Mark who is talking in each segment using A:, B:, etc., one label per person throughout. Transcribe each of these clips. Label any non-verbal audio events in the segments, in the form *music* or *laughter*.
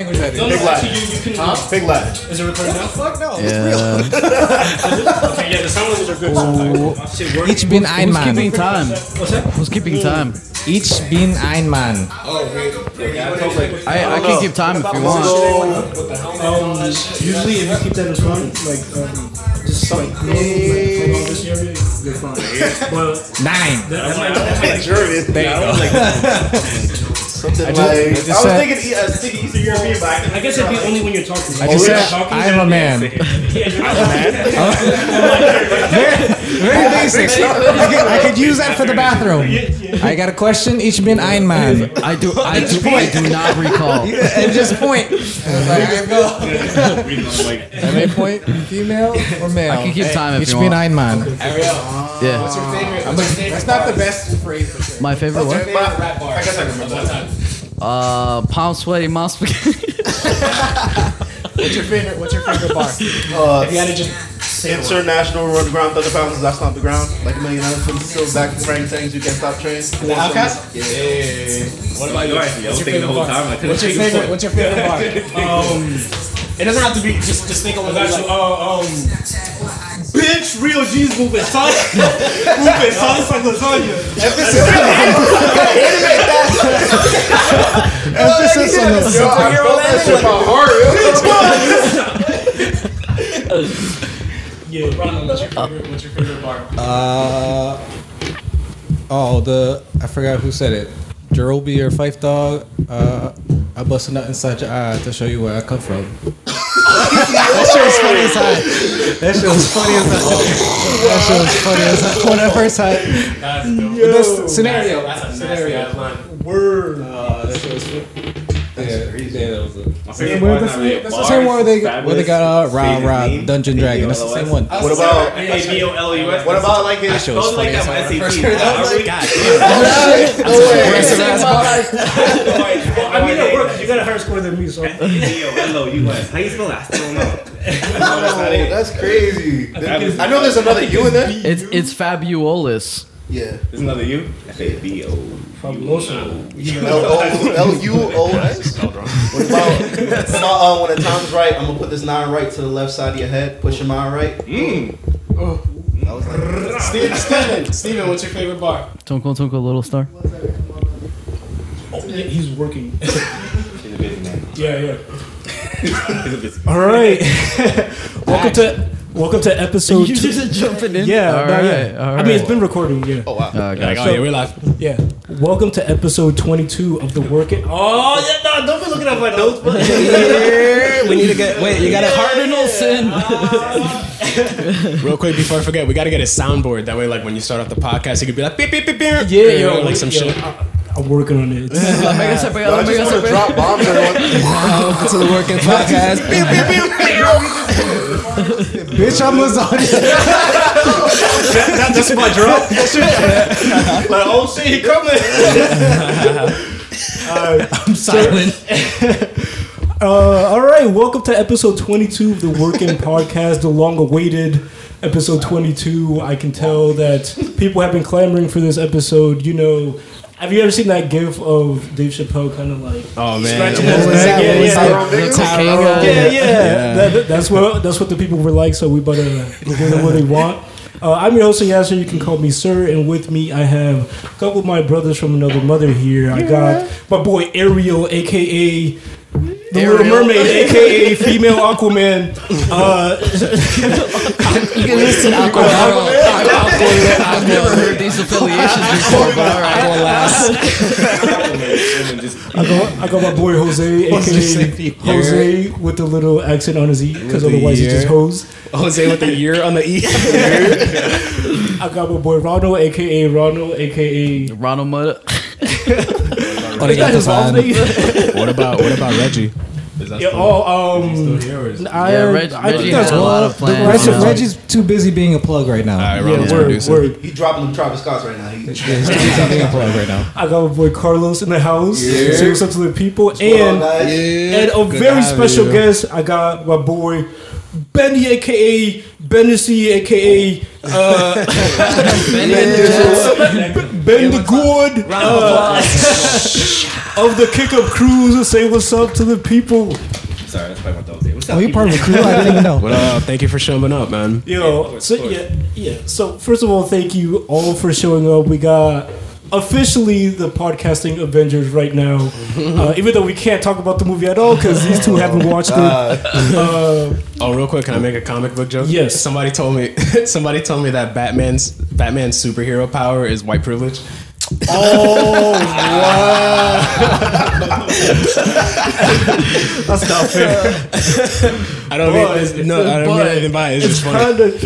A: language that is.
B: No, no,
A: Big lie.
B: actually, you, you can.
C: Big lie.
B: Is it recording now?
A: Fuck no.
D: Yeah.
B: Okay, yeah, the sound levels are good sometimes. Uh, shit, work.
E: Ich bin ein
D: Who's keeping
E: Mann.
D: time?
B: What's that? Oh,
D: Who's keeping time?
E: Ich bin ein Mann.
D: I, I can keep time if you want.
C: So,
B: Um, usually, if you keep that as fun, like, um, just like, normal, like, like all this year, you're fine. But
E: Nein.
B: that, that's like,
C: like German. Something like. I,
E: just
C: was
E: said-
C: thinking. E- I was thinking Eastern European, but I
B: I guess it'd be only when you're talking.
E: I
B: Like,
E: just
B: when you're
E: said,
B: talking,
E: I'm a man.
B: Yeah, you're not
E: *laughs* Very basic. I could, I could use that for the bathroom. I got a question. Ich bin
D: *laughs*
E: ein Mann.
D: I do. I do. I do not
B: *laughs*
D: recall.
E: And just point. There you go. At any point, female or male?
D: I can keep time if
E: Ich
D: you
E: bin
D: want.
E: ein Mann.
D: Yeah.
A: Your favorite, what's your favorite- that's not the best phrase for sure.
D: My favorite one.
A: rap bar. I guess I remember that.
D: Uh, palm sweaty mouth spaghetti.
A: What's your favorite? What's your favorite
B: *laughs*
A: bar?
C: Uh,
A: You gotta just say it.
C: International run ground thunder pounds. I stomp the ground like a million other things. Still back to Frank Tangs. You can't stop trains.
A: The Outcast?
C: Yeah.
F: What am I doing? I was thinking the whole time. I couldn't
A: What's your
F: *laughs* think of
A: favorite? What's your favorite bar?
B: Um,
A: It doesn't have to be just just think of what you
B: that's,
A: like.
B: uh, um, bitch, real G's moving solid, moving solid like lasagna.
D: Emphasis on the.
C: Yo, I felt that shit in my heart. yo.
B: *laughs* Yeah, Ronald, what's your favorite? What's your favorite bar?
E: Uh, oh, the I forgot who said it. Jerobi or Fife Dog. Uh, I bust a nut inside your eye to show you where I come from. that shit was funny as hell. That shit was funny as hell. That shit was funny as hell. When I first had
B: That's dope.
E: this scenario,
F: uh,
B: That's a nasty
E: scenario.
B: ass line.
E: Word. Uh, that shit was funny. Yeah, yeah, that was it.
F: My
E: Yeah,
F: favorite
E: well,
F: bar
E: that's,
F: is not
E: the,
F: really
E: that's
F: a
E: the
F: bar,
E: same one where they,
F: it's
E: where they got uh,
F: fabulous,
E: Rah
F: faded
E: Rah
F: meme,
E: Dungeon Dragon. That's the same one.
C: What about?
F: E
B: A-B-O-L-U-S.
C: What about like in?
E: That shit was funny as hell. *laughs*
B: Well, I mean, it works. You
F: *laughs*
B: got a higher score than me, so.
F: A-B-O-L-O-U-S. E How you spell that? I still don't know. No, that's not
C: Oh,
F: it.
C: That's crazy. I know there's another U in there.
D: It's it's fabulous.
C: Yeah.
F: There's another U? A-B-O.
C: L O L U O S. What about? what about, uh, when the time's right, I'm gonna put this nine right to the left side of your head. Push your mind right.
G: Mm.
A: Steven, Steven, Steven, what's your favorite bar?
D: Twinkle twinkle
B: *laughs*
D: little star.
B: He's
A: *laughs*
B: working.
F: He's a busy man.
B: Yeah, yeah.
F: He's a busy
B: All *laughs* right. welcome to welcome to episode.
D: You
B: two.
D: just jumping in.
B: Yeah,
D: All
B: no,
D: right.
B: yeah.
D: All
B: I
D: right.
B: mean, it's been recording. Yeah.
C: Oh wow.
D: Uh, guys,
E: oh yeah, we're live.
B: Yeah. Welcome to episode 22 of the Work It. Oh, yeah, no, don't be looking at my notes, but
E: we need to get. Wait, you gotta.
D: cardinal sin.
E: Real quick before I forget, we gotta get a soundboard. That way, like when you start off the podcast, you could be like beep beep beep beep.
B: yeah,
E: you know,
B: yo,
E: like some shit.
B: I, am working on it. It's-
C: I just want to drop bombs. everyone.
E: Welcome to the *laughs* working podcast. beep beep beep. Bitch, I'm lasagna.
B: that's my drop.
C: Like oh shit, he
E: *laughs*
C: coming.
D: I'm silent.
B: Uh, all right, welcome to episode 22 of the Working *laughs* Podcast, the long-awaited episode 22. I can tell that people have been clamoring for this episode. You know, have you ever seen that GIF of Dave Chappelle kind of like?
E: Oh man,
B: Scratching his back, yeah, yeah.
D: Tyrone.
B: yeah, yeah. That, that's what that's what the people were like. So we better give them what they want. Uh, I'm your host Yasser. You can call me Sir, and with me I have a couple of my brothers from another mother here. I got my boy Ariel, aka the Little
D: Ariel.
B: Mermaid, aka female Aquaman. Uh,
D: You can
B: *laughs*
D: listen. I've never heard these affiliations before, but all right.
F: man. Just-
B: I got I got my boy Jose,
E: *laughs*
B: aka Jose with the little accent on his e, because
E: With the
B: otherwise he's just
E: ear.
B: hose.
E: Jose with the year on the E.
B: *laughs* I got my boy Ronald, aka Ronald, aka
D: Ronald Mudd.
E: What about what about Reggie?
B: Yeah, oh, um, I,
D: Yeah, Reg-
B: I
D: Reggie
B: think
D: has
B: that's
D: a lot of
B: well.
D: plans.
B: rest of
D: Yeah.
B: Reggie-
E: Reggie's too busy being a plug right now.
B: Yeah, word, word.
C: *laughs* He dropping them Travis Scott's right now. He,
E: Yeah, he's too busy being a plug right now.
B: I got my boy Carlos in the house.
C: Yeah.
B: Saying something to the people.
C: Hold on,
B: And,
C: guys.
B: and a
E: Good
B: very
E: to have
B: special
E: you.
B: guest, I got my boy Benny, aka Bennessy, aka
D: *laughs*
B: uh, Ben the Good. Uh, *laughs* of the Kick Up Cruise. Say what's up to the people.
F: Sorry, that's probably my dog's ear. What's up?
E: Oh, you part of a crew? I didn't even know.
H: But uh, thank you for showing up, man.
B: Yo,
F: course,
B: so
F: of course.
B: yeah, yeah. So first of all, thank you all for showing up. We got officially the podcasting Avengers right now, uh, even though we can't talk about the movie at all because these two haven't watched it.
H: Oh, real quick, can I make a comic book joke?
B: Yes.
H: Somebody told me. *laughs* Somebody told me that Batman's Batman's superhero power is white privilege. Oh, wow! That's not fair. *laughs* I don't mean no. I don't mean anything by it. It's, just funny.
B: Kinda,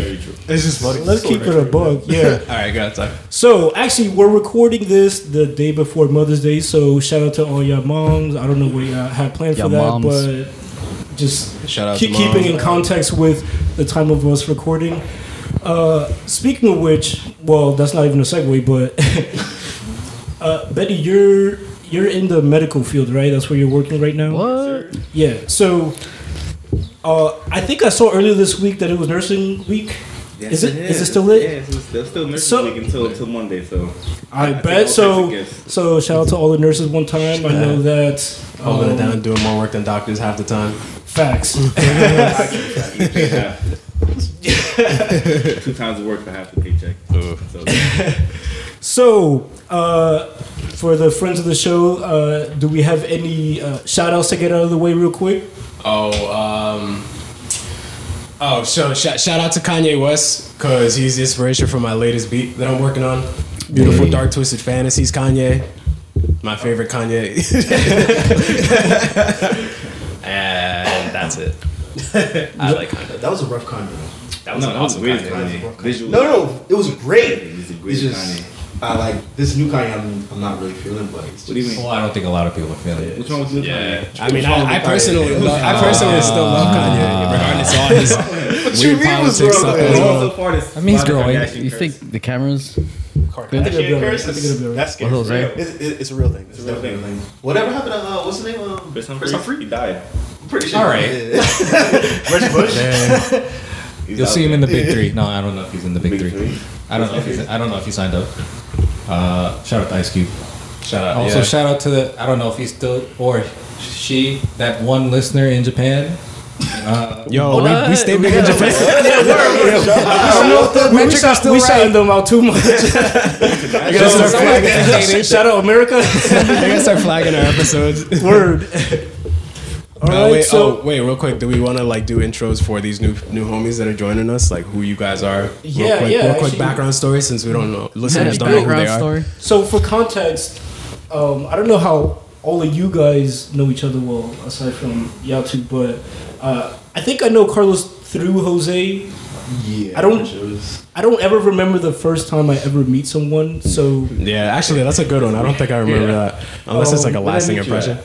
H: It's just funny.
B: let's keep it a book. Yeah.
H: All right, got time.
B: So actually, we're recording this the day before Mother's Day. So shout out to all y'all moms. I don't know what y'all had planned for
D: Y'all
B: that,
D: moms.
B: but just
H: Shout out
B: keep,
H: to
B: keeping
H: moms.
B: in context with the time of us recording. Uh, speaking of which, well, that's not even a segue, but *laughs* uh, Betty, you're you're in the medical field, right? That's where you're working right now.
D: What?
B: Yeah. So uh, I think I saw earlier this week that it was nursing week.
F: Yes,
B: is it- is it still lit?
F: Yeah, it's it's still, still nursing
B: So-
F: week until, until Monday, so.
B: I,
F: I think all
B: bet so.
F: things are good.
B: So shout out to all the nurses one time. I know that.
H: Holding it
B: um,
H: down, doing more work than doctors half the time. *laughs*
B: Facts.
F: Yeah. Two times the work for half the paycheck. So,
B: so uh, for the friends of the show, uh, do we have any uh, shout outs to get out of the way real quick?
H: Oh, um, oh, so shout, shout out to Kanye West because he's the inspiration for my latest beat that I'm working on. Beautiful Dark Twisted Fantasies, Kanye. My favorite Kanye. and that's it. I like Kanye.
G: That was a rough comment.
F: that was an awesome
H: weird
F: Kanye.
H: Kanye.
F: Visual.
G: No, no, it was great.
F: He's a great
G: It's just,
F: Kanye.
G: I like this new Kanye. I'm, I'm not really feeling, but it's
F: What do you
G: just.
F: mean?
E: Well, Oh, I don't think a lot of people feel it.
F: What's wrong with you?
H: Yeah,
F: Yeah.
H: I mean, I, I personally, love, I personally still love Kanye, regardless of all his
G: you
H: weird
G: mean was
H: politics stuff.
G: wrong
H: as
G: with it?
H: well.
F: So far, this
E: I mean, he's growing.
D: You think the cameras?
B: I think it'll be all right. I think it'll be all right.
G: That's scary.
D: What was that?
G: It's, it's it's a real thing. It's a real
F: Real
G: thing.
F: thing.
G: Whatever happened to uh, what's the name of
F: Chris Humphrey?
G: Chris Humphrey?
F: He died.
G: I'm pretty sure.
E: All *laughs* right.
G: Yeah.
E: *laughs*
F: He's
E: You'll
F: out
E: see him
F: there.
E: in the big *laughs* three. No, I don't know if he's in the big,
F: Big
E: three.
F: three?
E: I don't know if he's. I don't know if he signed up. Uh, shout out to Ice Cube.
H: Shout out.
E: Also,
H: yeah.
E: shout out to the. I don't know if he's still or she that one listener in Japan.
H: Yo, we, we stay big in Japan.
B: We, we, shot- we shouting them out too much. *laughs*
H: They gotta start flagging-
B: shout out
H: *laughs*
B: America.
H: they gotta start flagging our *laughs* episodes.
B: Word. All right.
H: Uh, wait,
B: so
H: oh, wait, real quick. Do we want to like do intros for these new new homies that are joining us? Like who you guys are?
B: Yeah,
H: real quick,
B: yeah,
H: Real quick
B: actually-
H: background story since we don't know listeners don't know who they
D: Background
H: are.
D: story.
B: So for context, um, I don't know how all of you guys know each other well, aside from y'all two, but uh, I think I know Carlos through Jose.
G: Yeah.
B: I don't-
G: I'm sure it was-
B: I don't ever remember the first time I ever meet someone,
G: *laughs*
B: so
H: Yeah, actually, that's a good one. I don't think I remember that unless it's like a
B: Um, where did I
H: lasting
B: meet you
H: impression.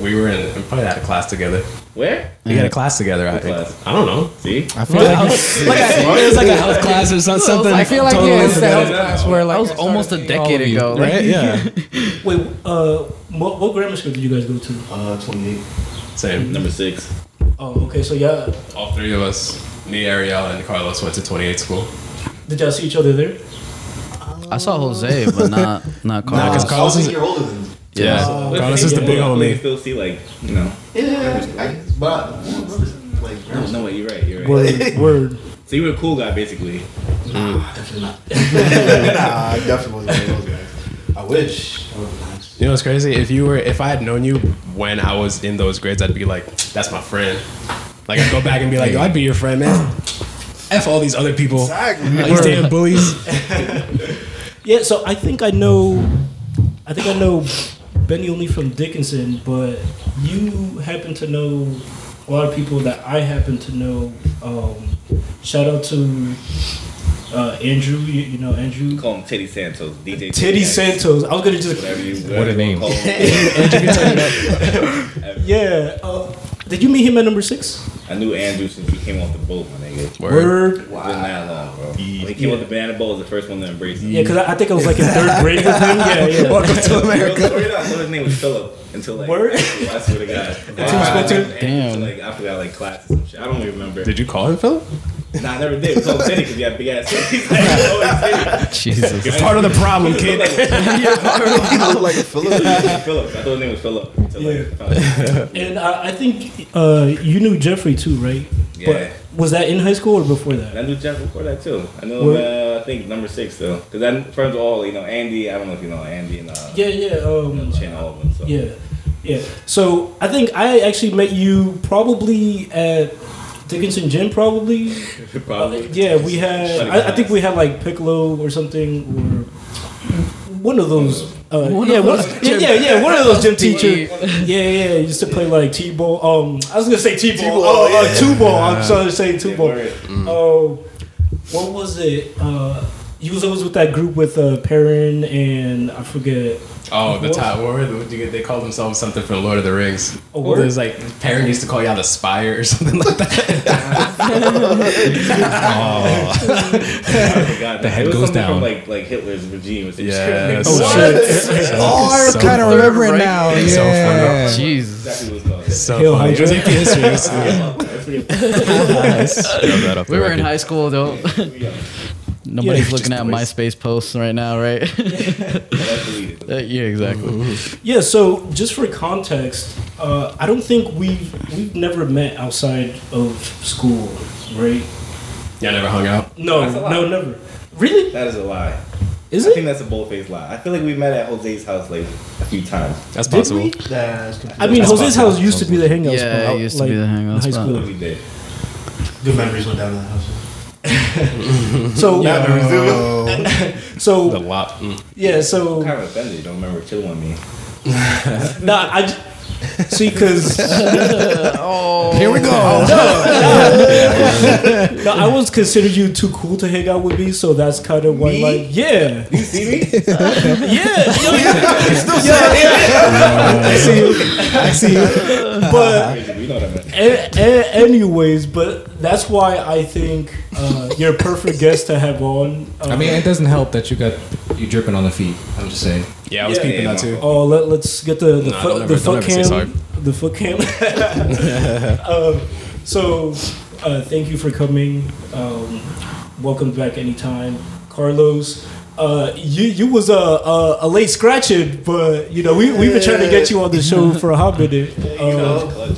H: We were in we probably had a class together.
F: Where?
H: We
E: Mm.
H: had a class together. I,
F: class?
H: I don't know.
F: See?
E: I feel like
H: it was like a health class or something.
E: I feel like yeah, it's the health class where like
D: That was
E: I started
D: almost a
E: seeing all
D: decade
E: of you.
D: ago.
H: Right?
E: *laughs*
H: Yeah.
B: wait, uh, what, what grammar school did you guys go to?
G: Uh, 28.
H: Same.
F: Number six.
B: Oh, okay, so yeah,
H: All three of us, me, Ariel, and Carlos, went to 28 school.
B: did y'all see each other
G: *laughs*
B: there?
D: I saw Jose, but not not Carlos.
H: Nah, 'cause
G: I was
H: Carlos is
G: a year older than.
D: yeah.
B: Uh,
H: Carlos is the big
F: Well, You
H: homie.
F: still see like, you know.
G: Yeah, I, but I don't remember, like
F: No, no way, you're right. You're right.
B: Word, word.
F: So you were a cool guy, basically.
G: definitely not. nah, I definitely wasn't one of those guys. I wish. I would've been nice.
H: You know what's crazy? If you were, if I had known you when I was in those grades, I'd be like, "That's my friend." Like I'd go back and be like, "Yo, I'd be your friend, man." F all these other people,
G: Exactly.
H: all these damn bullies.
B: Yeah, so I think I know, I think I know Benny only from Dickinson, but you happen to know a lot of people that I happen to know. Um, shout out to uh, Andrew, you, you know
F: We
B: Andrew
F: call him Teddy Santos. DJ
B: Teddy
F: Santos.
B: Santos. I was gonna just
F: Whatever you
E: What a name.
F: call him.
B: yeah. Uh, did you meet him at number six?
F: I knew Andrew since he came off the boat, my nigga.
B: Word.
F: Wow. Been that long, bro. When he came off the banana boat, was the first one to embrace it.
B: Yeah, because I, I think I was like in third grade with *laughs* him. Yeah, yeah.
H: Welcome to
F: Real
H: America.
F: story, though, I thought his name was Philip until like
B: Word?
F: I swear to God.
B: *laughs* spoke to him?
F: Until,
D: Damn.
F: Like I forgot like class or some shit. I don't even remember.
H: Did you call him Philip?
F: Nah, I never did. It's all Diddy because he had big ass *laughs* titties. I
D: *laughs*
F: always
H: *laughs*
D: Jesus.
H: You're part of the problem,
B: *laughs*
F: *laughs*
H: kid.
G: you look like a Philip.
F: did. Phillips. I thought his name was Philip. until, like, I found out.
B: And I, I think uh, you knew Jeffrey too, right?
F: Yeah.
B: But was that in high school or before that?
F: And I knew Jeff before that too. I knew
B: What?
F: him, uh, I think number six though, because I'm friends with all. You know, Andy. I don't know if you know Andy and uh,
B: Yeah, yeah, um,
F: Chan, all of them. So.
B: yeah, yeah. So I think I actually met you probably at Dickinson Gym,
G: *laughs*
B: probably. Uh,
F: Probably.
B: Yeah, we had. I, I think we had like Piccolo or something, or one of those. Uh, yeah, *laughs* one, yeah, yeah, yeah, one of those *laughs* gym teachers. Yeah, yeah, used to play like t-ball. Um, I was gonna say t-ball.
G: T-ball,
B: oh, uh,
G: yeah.
B: two-ball. I'm sorry to say two-ball.
F: word.
B: Oh, what was it? Uh, you was always with that group with uh, Perrin and I forget.
H: Oh, the top what were the- what you get- They called themselves something from Lord of the Rings.
B: A word?
H: It was like Perrin used to call y'all the Spire or *laughs* something like that.
F: I forgot.
H: The head
F: it was
H: goes
F: something
H: down.
F: From, like like Hitler's regime. or
H: oh,
F: something.
H: yeah.
B: Oh,
H: so-
B: shit.
E: Oh, I
H: so
E: kind of
H: funny.
E: remember it now.
H: It's so
E: Yeah.
D: Jesus.
F: Exactly what it was
H: So
B: Hail
H: funny. It was AP *laughs* history. It was-
F: called. That's pretty-
D: We were in high school though. *laughs* Nobody's looking at MySpace posts right now, right? *laughs*
F: that's deleted.
D: Uh, yeah, exactly.
B: Yeah. So just for context, uh, I don't think we've we've never met outside of school, right?
H: Y'all never hung out.
B: No,
F: That's a lie.
B: no, never. Really?
F: That is a lie.
B: Is
F: I think
B: it?
F: that's a bold-faced lie. I feel like we met at Jose's house like a few times.
H: That's possible.
B: we?
C: That's
B: I mean,
H: That's
B: Jose's
H: possible.
B: house used to be the hangout
D: Yeah,
B: spot.
D: it used to be the hangout
B: in high
D: spot.
F: But
B: school.
F: we did.
C: good memories went down to the house.
F: *laughs*
B: So,
G: Yo.
H: The
B: *laughs* so
H: lot. Mm.
B: yeah,
F: I'm
B: so
F: kind of offended. You don't remember chilling with me.
B: nah, I j- see
E: *laughs*
B: because
F: Oh.
E: Here we go.
B: no, I was considered you too cool to hang out with me, so that's kind of why,
F: Me?
B: like, *laughs* yeah,
F: You see me?
B: yeah,
E: I see you. I see you.
B: but
F: you know what I meant.
B: a- a- anyways, but that's why I think uh, you're a perfect guest to have on. Uh,
E: I mean, it doesn't help that you got you dripping on the feet. I'm just saying.
H: Yeah, I was
F: Yeah,
H: peeping
F: yeah,
H: that too.
B: Oh, let, let's get the the
H: Nah,
B: foot
H: don't
B: the
H: ever- don't
B: foot
H: ever say sorry.
B: cam the foot cam. *laughs*
H: *laughs*
B: um, so, uh, thank you for coming. Um, welcome back anytime, Carlos. Uh, you you was a, a a late scratching, but you know we we've been trying to get you on the show for a hot minute.
G: You
B: Um,
G: know, Uh,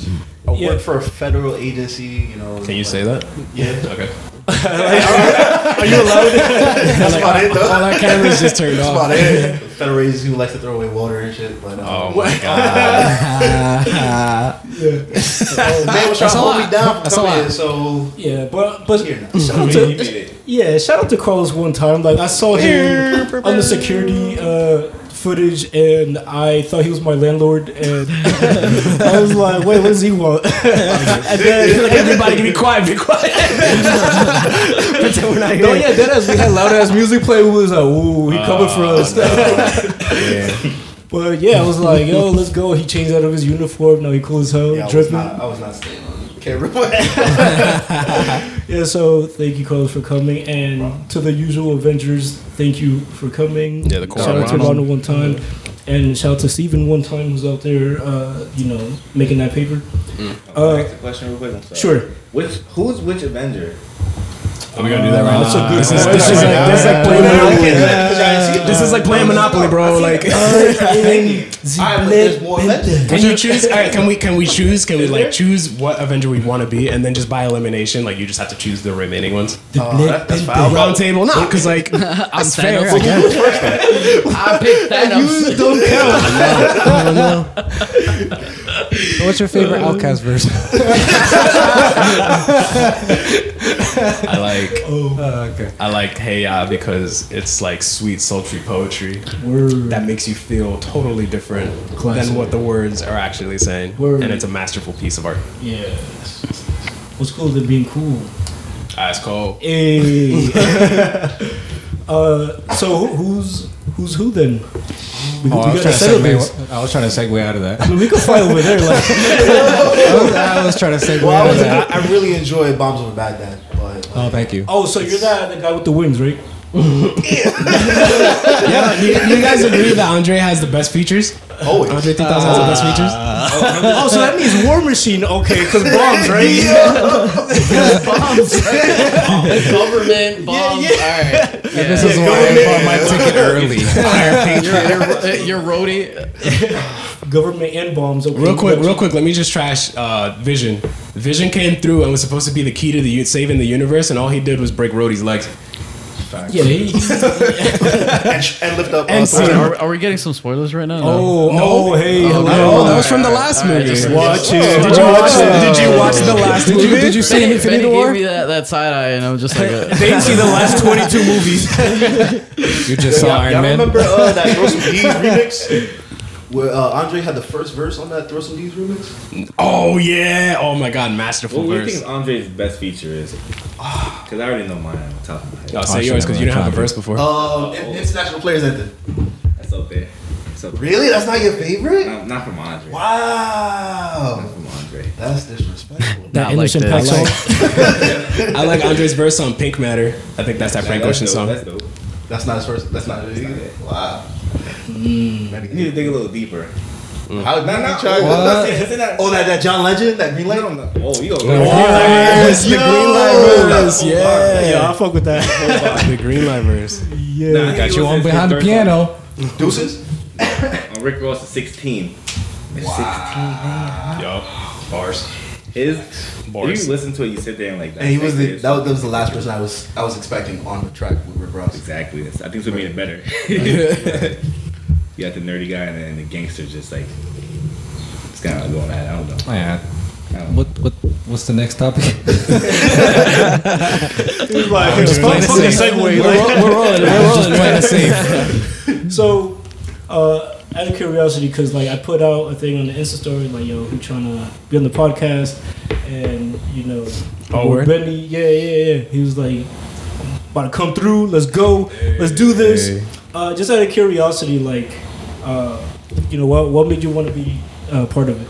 G: I
B: Yeah.
G: work for a federal agency. You know.
H: Can you say that?
G: Yeah. *laughs*
H: Okay.
B: are you allowed?
G: That's about it, though.
H: All our cameras just turned
G: That's
H: off.
G: *laughs* about it. Federal agency who likes to throw away water and shit. But
H: Oh
G: um,
H: my god.
G: oh, man was trying
E: That's
G: to
E: a
G: hold
E: lot.
G: me down for
E: That's a
G: coming
E: lot.
G: in, so
B: yeah, but but
G: here now.
B: shout out
F: You did
B: to
F: it.
B: yeah shout out to Carlos one time. Like I saw him *laughs* on the security. Uh, footage and I thought he was my landlord and *laughs* I was like wait what does he want *laughs* and then like,
H: Everybody *laughs* be quiet, be quiet. Pretend we're not
B: No, yeah, that as we had loud ass music play. We was like, "Ooh, he coming for us." *laughs* But yeah, I was like, "Yo, let's go." He changed out of his uniform. Now he cool as hell,
G: Yeah, I was
B: dripping.
G: not. I was not staying on the camera. *laughs*
B: Yeah, so thank you, Carlos, for coming, and to the usual Avengers, thank you for coming.
H: Yeah, the core
B: shout out to
H: Ronald.
B: Ronald one time, and shout out to Steven one time who's out there, uh, you know, making that paper.
F: Can I
B: Uh,
F: Mm. ask a question real quick. I'm sorry.
B: sure.
F: Which who's which
G: *laughs*
F: Avenger?
H: Are we gonna do that right
B: Uh, That's a
H: now?
B: good
H: This is
B: question.
H: this is like this is like playing Monopoly. This is like playing Monopoly, bro. Like,
G: Alright, but there's more legends.
H: can you choose? All right, can we can we choose? Can we like choose what Avenger we want to be, and then just by elimination, like you just have to choose the remaining ones.
G: That's
H: The
G: foul.
H: round table, no, because
B: *laughs*
H: like that's fair.
D: Thanos.
H: I guess.
D: I picked Thanos.
B: don't count.
D: *laughs*
E: What's your favorite Outcast verse?
H: *laughs* I like
B: Oh,
E: okay.
H: I like Hey Ya because it's like sweet sultry poetry
B: Word.
H: that makes you feel totally different
B: Classic.
H: than what the words are actually saying,
B: Word.
H: and it's a masterful piece of art.
B: Yeah. What's cooler than being cool?
H: Ice cold. *laughs*
B: Hey. uh, so who- who's who's who then? We,
E: Oh, I,
B: we
E: was
B: gotta
E: trying to
B: settle this.
E: segue, I was trying to segue out of that.
B: I mean, *laughs* we can fight over there. Like,
E: I was, *laughs* I was trying to segue
G: Well,
E: out
G: I,
E: of
G: was,
E: that.
G: I, I really enjoy Bombs Over Baghdad, but uh,
E: Oh, thank you.
B: oh, so you're that the guy with the wings, right?
H: Yeah, you, you guys agree that Andre has the best features?
E: Uh,
G: Always.
H: Andre 3000 has the best features?
B: Oh, so that means War Machine, okay? Because bombs,
H: *laughs*
B: right?
D: Government bombs. All right. Yeah.
E: This is why I bought my *laughs*
B: *laughs*
E: ticket early.
D: You're, uh, you're, you're roadie.
B: Government and bombs. Okay.
H: Real quick, real quick. Let me just trash uh, Vision. Vision came through and was supposed to be the key to the u- saving the universe, and all he did was break Rhodey's legs.
B: Yeah, he,
G: and lift up.
H: And
G: uh,
H: see-
D: Are, are we getting some spoilers right now?
B: oh, oh, hey,
H: Oh,
B: hello.
H: that was from the last movie.
D: just-
B: Watch it.
H: Did you watch?
B: it?
H: Did you watch the last? Did you? Did you see
D: Benny, Benny
H: Infinity
D: gave
H: War?
D: me that, that side eye, and I was just like,
B: *laughs*
D: uh,
B: They didn't see the last 22 movies.
E: You just saw
G: Y'all
E: Iron Man.
G: remember
E: *laughs*
G: uh, that Throw Some D's remix? Where uh, Andre had the first verse on that Throw Some D's remix?
H: Oh yeah! Oh my God, masterful
F: What do you
H: verse.
F: think Andre's best feature is? Because I already know mine on the top of my head.
H: I'll say yours because you didn't have a verse before.
G: Um, in- International Players Anthem.
F: That's up there. It's up there.
G: Really? That's not your favorite?
F: Not, not from Andre.
G: Wow.
F: Not from Andre.
G: That's disrespectful.
D: not like this.
B: Impact song.
H: *laughs* I like Andre's verse on Pink Matter. I think that's that Frank
F: That's
H: Ocean
F: dope,
H: song.
F: That's dope.
G: That's not his first. That's not it either. Wow. Hmm.
F: You need to dig a little deeper.
G: How did you try?
F: That's it, that's it, that's it.
G: Oh, that, that John Legend, that green light on the.
F: Oh, you go.
H: Yes, the
G: Yo!
H: Green Light verse. Yeah,
B: Yeah, I fuck with that.
H: the Green Light verse.
F: Nah, I
B: Yeah.
F: think
E: Got
F: it
E: you
F: was
E: on
F: his- his
E: behind the
F: third
E: piano.
G: Deuces?
F: song. On Uh, Rick Ross is 16. 16.
H: Yo, bars.
F: His, if
H: Bars.
F: you listen to it, you sit there and like that.
G: And he was the, that, was, that was the last person I was I was expecting on the track with Rick Ross.
F: Exactly. That's, I think it's what made it better. you got the nerdy guy and then the gangster just like it's kind of going at it. I don't know.
E: Oh, Yeah.
F: I don't know.
E: What what what's the next topic?
B: *laughs* He's like, fuck- fuck the segue.
E: We're,
B: like-
E: ro- we're rolling. We're rolling. Playing it safe.
B: *laughs* So, uh, out of curiosity, because like I put out a thing on the Insta story, like yo, who trying to be on the podcast, and you know,
H: Oh, word?
B: Benny, yeah, yeah, yeah. He was like, about to come through. Let's go. Let's do this.
H: Hey.
B: Uh, just out of curiosity, like, uh, you know, what what made you want to be uh, part of it?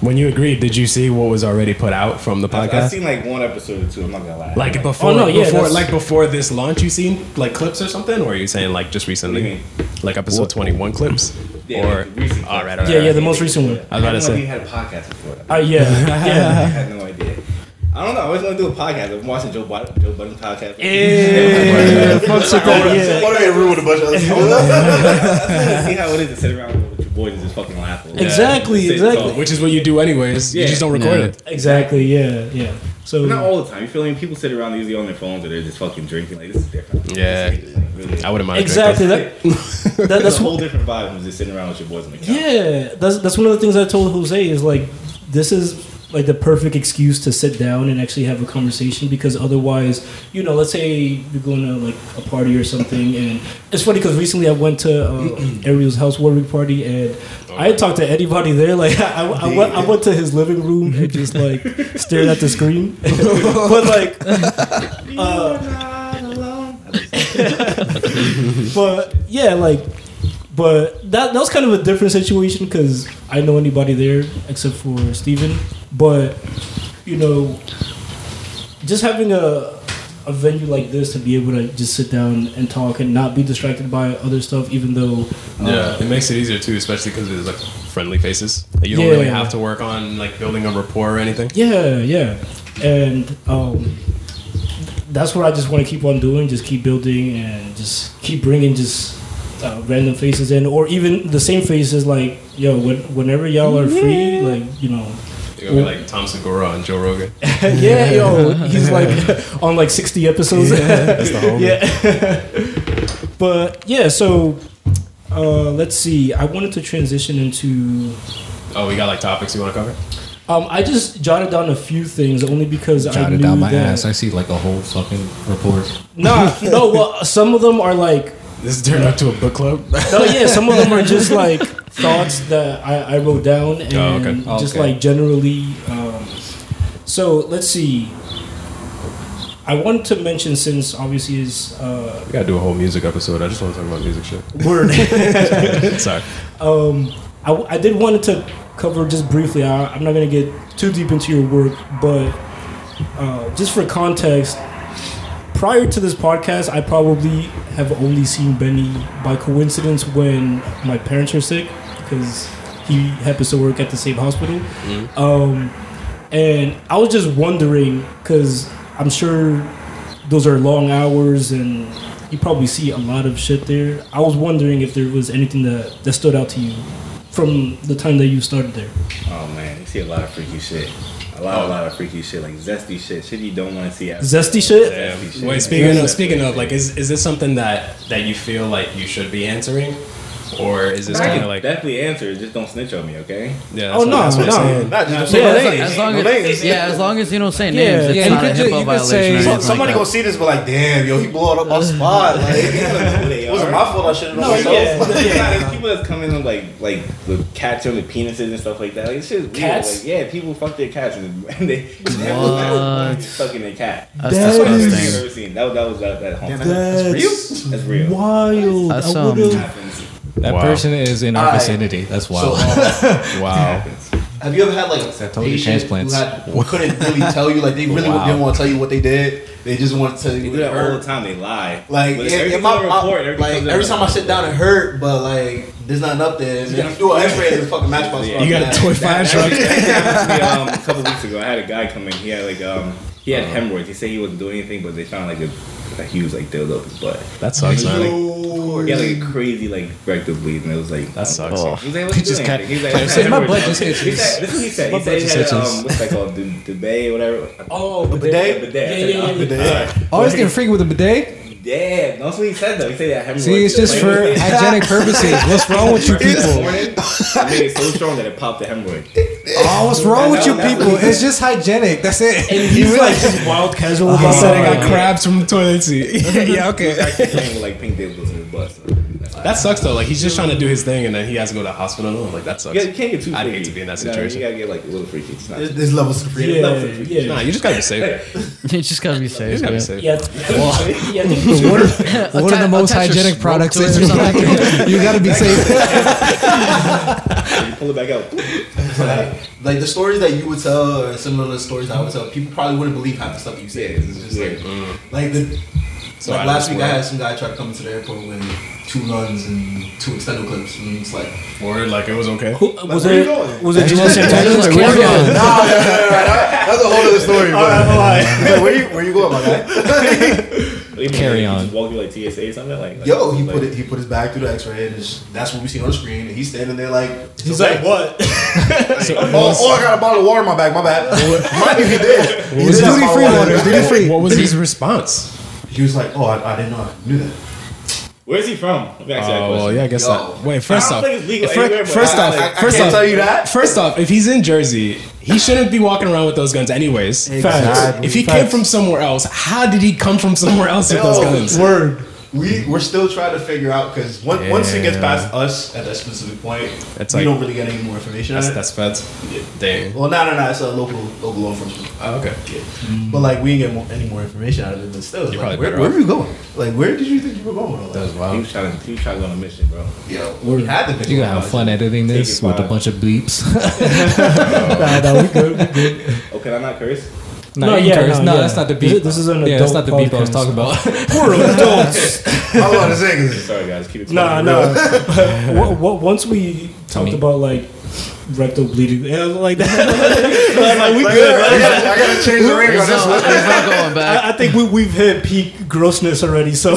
H: When you agreed, did you see what was already put out from the
F: I've,
H: podcast?
F: seen like one episode or two. I'm not gonna lie.
H: Like before,
B: Oh, no, yeah,
H: before
B: that's-
H: like before this launch, you seen like clips or something, or are you saying like just recently,
F: What do you
H: like episode twenty one clips,
F: Yeah,
H: or
F: like, recent
H: all right, all right,
F: clips.
B: Yeah, yeah,
H: all
B: the
H: right.
B: most recent one.
H: I was about to
F: didn't know
H: say
F: you had a podcast before.
B: Uh, *laughs* yeah,
F: I
B: yeah.
F: had no idea. I don't know. I always want to do a podcast. I'm watching Joe Budden, Joe Budden
B: *laughs*
F: podcast.
B: Yeah, fucks with that, yeah.
G: Why do I ruin a bunch of
C: *laughs*
G: other people?
B: *laughs*
F: see how it is to sit around with your boys and just fucking laugh. a little bit.
B: Exactly,
F: Sit and
B: exactly.
F: talk.
H: which is what you do anyways. You
F: Yeah.
H: just don't record
D: Yeah.
H: it.
B: Exactly, yeah, yeah. So
F: Not all the time. You feel me? People sit around usually on their phones or they're just fucking drinking. Like this is different.
H: Yeah.
F: This is, like, really-
H: I wouldn't mind.
B: exactly that, that
F: That's
B: that's
F: a whole
B: what,
F: different vibe from just sitting around with your boys on the couch.
B: yeah. That's that's one of the things I told Jose is like this is like the perfect excuse to sit down and actually have a conversation because otherwise, you know, let's say you're going to like a party or something, and it's funny because recently I went to uh, Ariel's house warming party and I had talked to anybody there. Like *laughs* I, I, I, went, I went to his living room and just like stared at the screen, but like uh, *laughs* but yeah, like, but that that was kind of a different situation because I know anybody there except for Steven. But you know, just having a a venue like this to be able to just sit down and talk and not be distracted by other stuff, even though
H: Yeah, it makes it easier too, especially because there's like friendly faces. Like, you don't
B: Yeah.
H: really have to work on like building a rapport or anything.
B: Yeah, yeah, and um, that's what I just want to keep on doing. Just keep building and just keep bringing just uh, random faces in, or even the same faces. Like, yo, when, whenever y'all are free, like, you know,
H: You're gonna be like Tom Segura and Joe Rogan.
B: yeah, yo,
E: *laughs*
B: he's like on like sixty episodes. *laughs*
E: That's the whole.
B: yeah. but yeah, so uh, let's see. I wanted to transition into
H: Oh, we got like topics you want to cover?
B: um, I just jotted down a few things only because I knew
E: Jotted down my
B: that
E: ass. I see like a whole fucking report.
B: *laughs* Nah, no. Well, some of them are like,
H: This turned up to a book club. *laughs*
B: no, yeah. Some of them are just like thoughts that I, I wrote down and
H: Oh, okay.
B: just
E: Okay.
B: like generally. Um, so let's see. I wanted to mention since obviously is uh,
H: we gotta do a whole music episode. I just want to talk about music
B: *laughs*
H: shit.
B: word.
H: Sorry.
B: um, I, w- I did wanted to cover just briefly. I, I'm not gonna get too deep into your work, but uh, just for context, prior to this podcast, I probably have only seen Benny by coincidence when my parents were sick because he happens to work at the same hospital. Um, and I was just wondering because I'm sure those are long hours and you probably see a lot of shit there. I was wondering if there was anything that, that stood out to you from the time that you started there.
F: Oh man, you see a lot of freaky shit. A lot,
H: Oh.
F: a lot of freaky shit, like zesty shit, shit you don't want to see. After
B: Zesty shit?
F: Zesty shit.
H: Wait, speaking of speaking of, like, is is this something that that you feel like you should be answering, or is this
F: I
H: kind
F: can
H: of like
F: definitely answer. Just don't snitch on me, okay?
H: yeah?
B: Oh,
H: that's what-
B: no,
H: that's what I'm
B: no.
H: saying.
G: Nah, just
B: Yeah,
G: don't
B: it's
G: say
B: like-
G: names.
D: As long
G: No names.
D: as, yeah, as long as you don't say
B: Yeah,
D: names, it's
E: yeah, you
D: not a
E: could ju- you
D: HIPAA
E: could
D: violation.
E: say-
D: or
E: So-
D: anything
G: Some-
D: like
G: Somebody
D: that.
G: gonna see this, and be like, damn, yo, he blew out up my spot.
F: *laughs*
G: Like, it wasn't my fault. I should have known
B: No,
G: myself.
B: yeah.
F: There's people that's coming in like like with cats on the penises and stuff like that. Like, it's just weird.
B: Cats?
F: Like, yeah, people fuck their cats and, *laughs* and they
D: What?
F: *laughs* fucking their cat.
D: That's
B: That
F: I've
B: is-
D: disgusting.
F: never seen that. That was that that home.
B: That's
F: That's real.
B: wild.
D: That's,
B: I
D: um, *laughs*
B: would've-
F: Happens.
E: That
I: Wow.
E: person is in our
G: Alright.
E: vicinity. That's
G: So,
E: wild.
G: uh,
E: *laughs* wow.
G: have you ever had like a
E: told you
G: patient
E: transplants.
G: who had- who couldn't *laughs* really tell you? Like, they really
E: Wow.
G: didn't want to tell you what they did. They just wanted to tell
F: They
G: you
F: do
G: what it
F: that all the
G: hurt.
F: time. They lie.
G: Like,
F: But
G: yeah,
F: everything's
G: yeah, my,
F: on
G: my-
F: report, everything
G: like
F: comes in
G: every
F: a
G: time I
F: report.
G: sit down, it hurt, but like, there's nothing up there. And then you do an X-ray, it's a fucking matchbox.
F: You
G: fucking
H: You got a
G: ass.
H: toy five
G: *laughs*
F: That
H: truck.
F: actually happened to me, um, a couple weeks ago. I had a guy come in. He had like um, he had hemorrhoids. He said he wasn't doing anything, but they found like a, a huge like dildo up his butt.
H: That sucks, man.
F: He had like a crazy like rectal bleed, and it was like.
H: That sucks.
D: Oh.
E: *laughs*
F: He's like, what you
E: Just
F: doing?
E: cut-
F: He's like,
E: cut.
F: "I'm
E: My
F: not
E: blood
F: hemorrhoids."
E: just itches.
F: *laughs* He said, this is what he said.
E: My blood
F: He said he
E: just
F: had,
E: itches.
F: um, what's that called? Du- Duvet, whatever.
B: Oh, but
F: Yeah,
B: they,
F: bidet. "Oh,
B: Yeah, yeah, yeah, yeah.
G: Bidet.
E: Always getting freaky with a bidet.
F: Yeah, that's what he said though. He said that hemorrhoids.
E: See, it's just
F: Like, *laughs*
E: for
F: it was-
E: hygienic purposes. What's wrong with you
F: This *laughs*
E: people?
F: morning, I made it so strong that it popped the hemorrhoid.
E: Oh, what's wrong with you people? It's just hygienic. That's it. *laughs*
B: he's like just wild casual
E: Oh,
B: about
H: Said I
B: it.
H: got crabs from the toilet seat. *laughs*
E: *laughs*
H: yeah, okay.
F: Actually playing with like pink dildos in his butt. So.
H: That sucks though. Like he's just trying to do his thing, and then he has to go to the hospital. I'm like, that sucks.
F: Yeah, you can't get too freaky.
H: I'd hate to be in that
F: You know,
H: situation.
F: you gotta get like a little freaky. It's not.
G: There's, there's levels to freedom.
B: Yeah, yeah.
H: Nah, you just gotta be safe.
D: You just gotta be safe.
H: You just gotta be
D: yeah.
B: Yeah, *laughs*
H: safe. *laughs*
B: yeah, I think
D: I'll
E: One of
D: tie-
E: the
D: I'll
E: most
D: attach a
E: hygienic
D: rope
E: products
D: to it
E: is
D: or
E: *laughs*
D: something.
E: you gotta be safe.
F: You pull it back out.
G: Like, like the stories that you would tell are similar to the stories I would tell. People probably wouldn't believe half the stuff you say. It's just like, like the like
H: out of
G: last
H: this
G: week I
H: world.
G: had some guy try to come into the airport with two guns and two extendo clips, and it's like,
H: Word, like it was okay.
B: who- was
G: where you
B: it
G: going?
B: was it Gina
D: Just
B: Santana?
D: carry on.
G: that's a whole other story. Bro. like, where you where you going, my guy?
E: Carry on.
F: Just walk through like TSA or something like. like
G: Yo, Oh, he
F: like,
G: put it, he put his bag through the X-ray, and it's, that's what we see on the screen. And he's standing there like,
B: He's like, what?
G: oh, oh, I got a bottle of water in my bag. My bad. Mind you, he did. He
E: It's
G: did have a
E: duty
G: bottle
E: free
G: of water.
E: water. Duty free.
H: What was his response?
G: He was like, oh, I, I didn't know. I knew that.
F: *laughs* Where's he from? Let me ask
H: Oh
F: you that
H: well,
F: question.
H: yeah, I guess
G: Yo.
H: not. Wait, first
F: I
H: off,
F: don't think it's legal
H: fir-
F: anywhere, but
H: first
F: I-
H: off,
F: I- I
H: first
G: can't
H: off,
G: tell you that.
H: First off, if he's in Jersey, he shouldn't be walking around with those guns, anyways.
B: Facts.
H: If he came from somewhere else, how did he come from somewhere else with those
G: Yo.
H: guns?
B: Word.
G: We we're still trying to figure out because once it gets past us at that specific point,
H: That's
G: we
H: like-
G: don't really get any more information.
H: That's,
G: on it.
H: that's feds. Dang.
G: well, no, no, no. It's a local local law enforcement.
H: Oh, okay.
G: But like, we didn't get more, any more information out of it. But still, it's
H: You're
G: like,
H: probably
G: where,
H: better
G: where were you going? Like, where did you think you were going? With all that?
F: He was trying to, he was trying to go on a mission, bro.
G: Yo, we had the
E: You gonna have fun editing this
F: Take it
E: with a
F: fine.
E: bunch of bleeps.
B: Nah, nah, we
E: *laughs*
B: good. we good.
F: Oh, can I not curse?
E: No,
B: No,
E: you
B: yeah,
E: can curse.
B: no,
E: no,
B: yeah.
E: that's not the
B: This-
E: beep.
B: this is an
E: yeah, that's not the
B: adult
E: beep I was
B: podcast.
E: talking about.
B: *laughs* We're
E: *laughs*
B: adults.
G: I want to say
F: *laughs*
G: this.
F: Sorry, guys. Keep it.
B: Nah, nah.
F: clean.
B: *laughs* What, what, once we talked
E: mean-
B: about like rectal bleeding, *laughs* and I was
E: *laughs*
B: like that.
G: Like, we good. I gotta, I gotta change *laughs* the ring on
D: There's
G: this
D: no,
G: one.
D: there's no going back.
B: I, I think we, we've hit peak grossness already. *laughs* So
E: I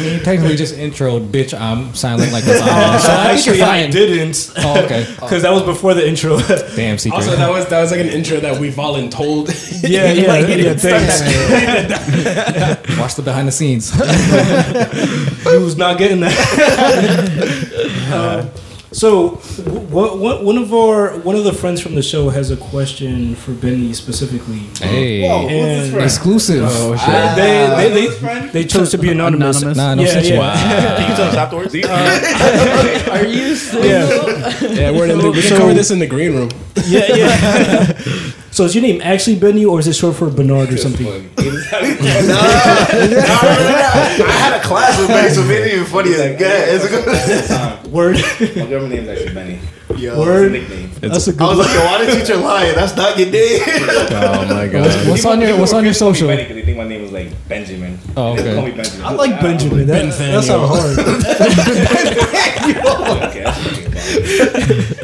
E: mean, technically just introed, bitch. I'm silent like this. Uh, so I think you're
B: actually, I
E: fine.
B: didn't
E: *laughs* Oh, okay.
B: because that was before the intro. *laughs*
E: Damn, secret.
H: Also, that was that was like an intro that we've all told.
B: yeah, yeah, yeah. thanks.
E: Watch the behind the scenes.
B: he was not getting *laughs* that. Um, so, what, what, one of our one of the friends from the show has a question for Benny specifically.
E: hey,
F: Whoa, Oh, who's this
B: And-
F: friend? Uh,
E: exclusive. Oh shit.
B: they, they,
F: Who's this
B: they,
F: friend?
B: they chose to be anonymous.
D: Anonymous.
E: Nah, no
B: Yeah,
E: sense.
B: yeah.
G: Can you tell us afterwards? Uh,
D: Are you still?
B: Yeah,
H: Yeah, we're in the, *laughs* we
B: So-
H: can cover this in the green room.
B: *laughs* yeah, yeah. so, is your name actually Benny, or is it short for Bernard or something?
F: *laughs*
G: I had a class with Benny, so Benny even funnier. Go ahead. It's a good.
B: Word.
F: My government name's actually Benny.
G: Yo.
F: It's a
B: Word.
F: nickname.
B: That's a good
G: I was
B: one.
G: like, yo, why did teacher lying? That's not your *laughs* name.
H: Oh *laughs* my god.
E: What's on your What's on your
F: People call me
E: social?
F: Benny 'cause they think my name was like Benjamin.
E: Oh,
F: They
E: okay.
F: call me Benjamin.
B: I like Benjamin. That,
H: Benthaniel.
B: that's not hard.
F: Okay, that's what I'm thinking about.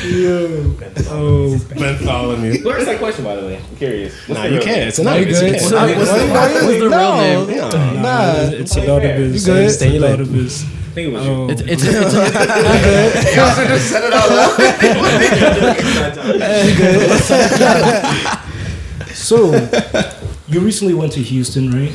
B: Yo. Oh.
H: Bartholomew.
F: Where's that question, by the way? I'm curious. What's
H: Nah,
F: the
H: you
F: real
H: can't. It's an
E: Are you
H: obvious. You
E: good?
H: can't.
E: Nah,
F: Uh,
D: What's the real name?
E: Nah,
B: It's Adonibiz.
E: You good?
B: It's Adonibiz.
F: name? I think it was you. *laughs*
B: Oh.
D: It's, it's, it's,
B: So, you recently went to Houston, right?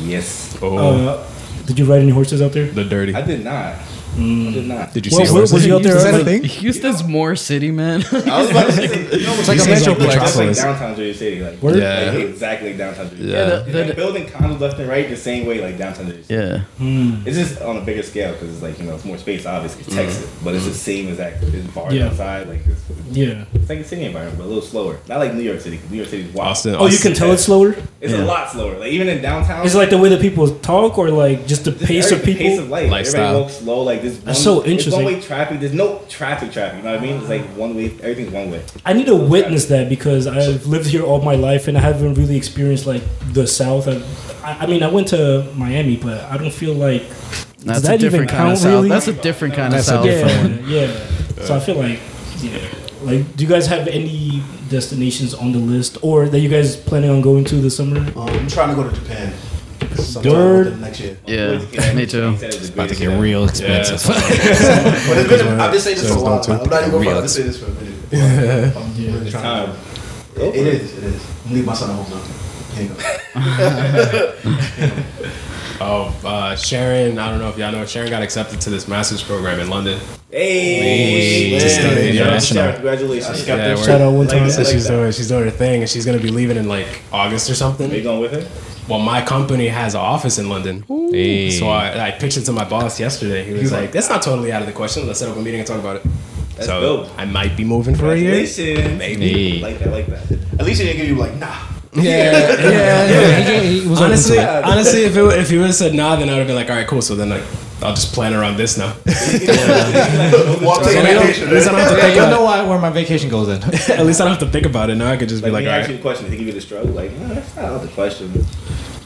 F: Yes.
B: Uh, did you ride any horses out there?
H: the dirty.
F: I did not. I did not.
H: *laughs* Did you
B: Well,
H: see
B: where-
H: horses?
B: was you out there?
E: Is that a
B: like-
E: thing?
D: Houston's more city, man. *laughs*
F: I was about to say, no, it's
E: like a metroplex.
F: That's like
H: Metropolis.
F: downtown Jersey City. Like,
B: Word?
F: like,
H: Yeah.
F: exactly like downtown Jersey City.
H: Yeah.
D: the-
F: They're,
D: the-
F: like, building condos left and right the same way like downtown Jersey City.
D: yeah.
F: It's just on a bigger scale because it's like, you know, it's more space, obviously. It's Texas, but it's the same exact. It's bars
B: Yeah.
F: outside. Like, it's,
B: Yeah.
F: it's like a city environment, but a little slower. Not like New York City. 'cause New York City's wild.
H: Austin.
B: Oh, you can tell it's slower.
F: It's
D: Yeah.
F: a lot slower. Like, even in downtown.
B: Is it like the way that people talk, or like just the
F: Just
B: pace
F: every-
B: of people?
F: pace of life.
H: Lifestyle.
F: Everybody walks slow. Like this.
B: That's so interesting.
F: One way traffic. There's no traffic. Traffic. You know what I mean? It's like one way. Everything's one way.
B: I need to witness that because I've lived here all my life and I haven't really experienced like the South. I, I I mean, I went to Miami, but I don't feel like
D: That's
B: that
D: a different
B: even
D: kind of
B: count,
D: south.
B: really?
D: That's a different kind
E: That's a
D: of
B: yeah,
D: south.
B: yeah. So I feel like yeah. Like, do you guys have any destinations on the list or that you guys planning on going to this summer?
G: Um, I'm trying to go to Japan. Sometime
B: Dirt.
G: within next year.
D: Yeah, me too.
F: About to get
H: real expensive.
G: But it's been, I've been saying this for a
H: Says
G: while.
H: don't take
G: man. I'm not even going
H: real.
G: to this. this for a minute. I'm really trying.
F: Time.
G: to- It, it is. It is. I'm leaving my son at home now. Here you go.
H: Oh, uh, Sharon. I don't know if y'all know. Sharon got accepted to this master's program in London.
F: Hey,
H: Just
F: man.
H: studied international.
F: Shout out, Congratulations.
H: got
F: Yeah.
H: that
B: Shout out one
F: Like
B: time.
F: that.
H: So she's doing she's doing her thing, and she's gonna be leaving in like August or something.
F: Are you going with her?
H: Well, my company has an office in London.
I: Hey.
H: So I, I pitched it to my boss yesterday. He was like, that's not totally out of the question. Let's set up a meeting and talk about it.
F: That's
H: so
F: dope.
H: I might be moving for a year. *laughs*
F: Congratulations.
I: Hey.
F: Like that. Like that.
G: At least he didn't give you like nah.
E: Yeah,
F: *laughs*
E: yeah, yeah. He, he was open
H: Honestly,
E: to it.
H: honestly, if, it, wa- if he would have said nah, then I would have been like, all right, cool. So then like, I'll just plan around this now. *laughs*
G: Walk
H: So
G: in
H: then I don't-
G: and-
H: at least I don't have to
E: Yeah,
H: think
E: you
H: about
E: know why, where my vacation goes then.
H: it. At least I don't have to think about it. Now I could just
F: Like, when
H: be
F: he
H: like, all
F: asked you
H: right.
F: the question, did he give you the stroke? Like, no, that's not out of the question.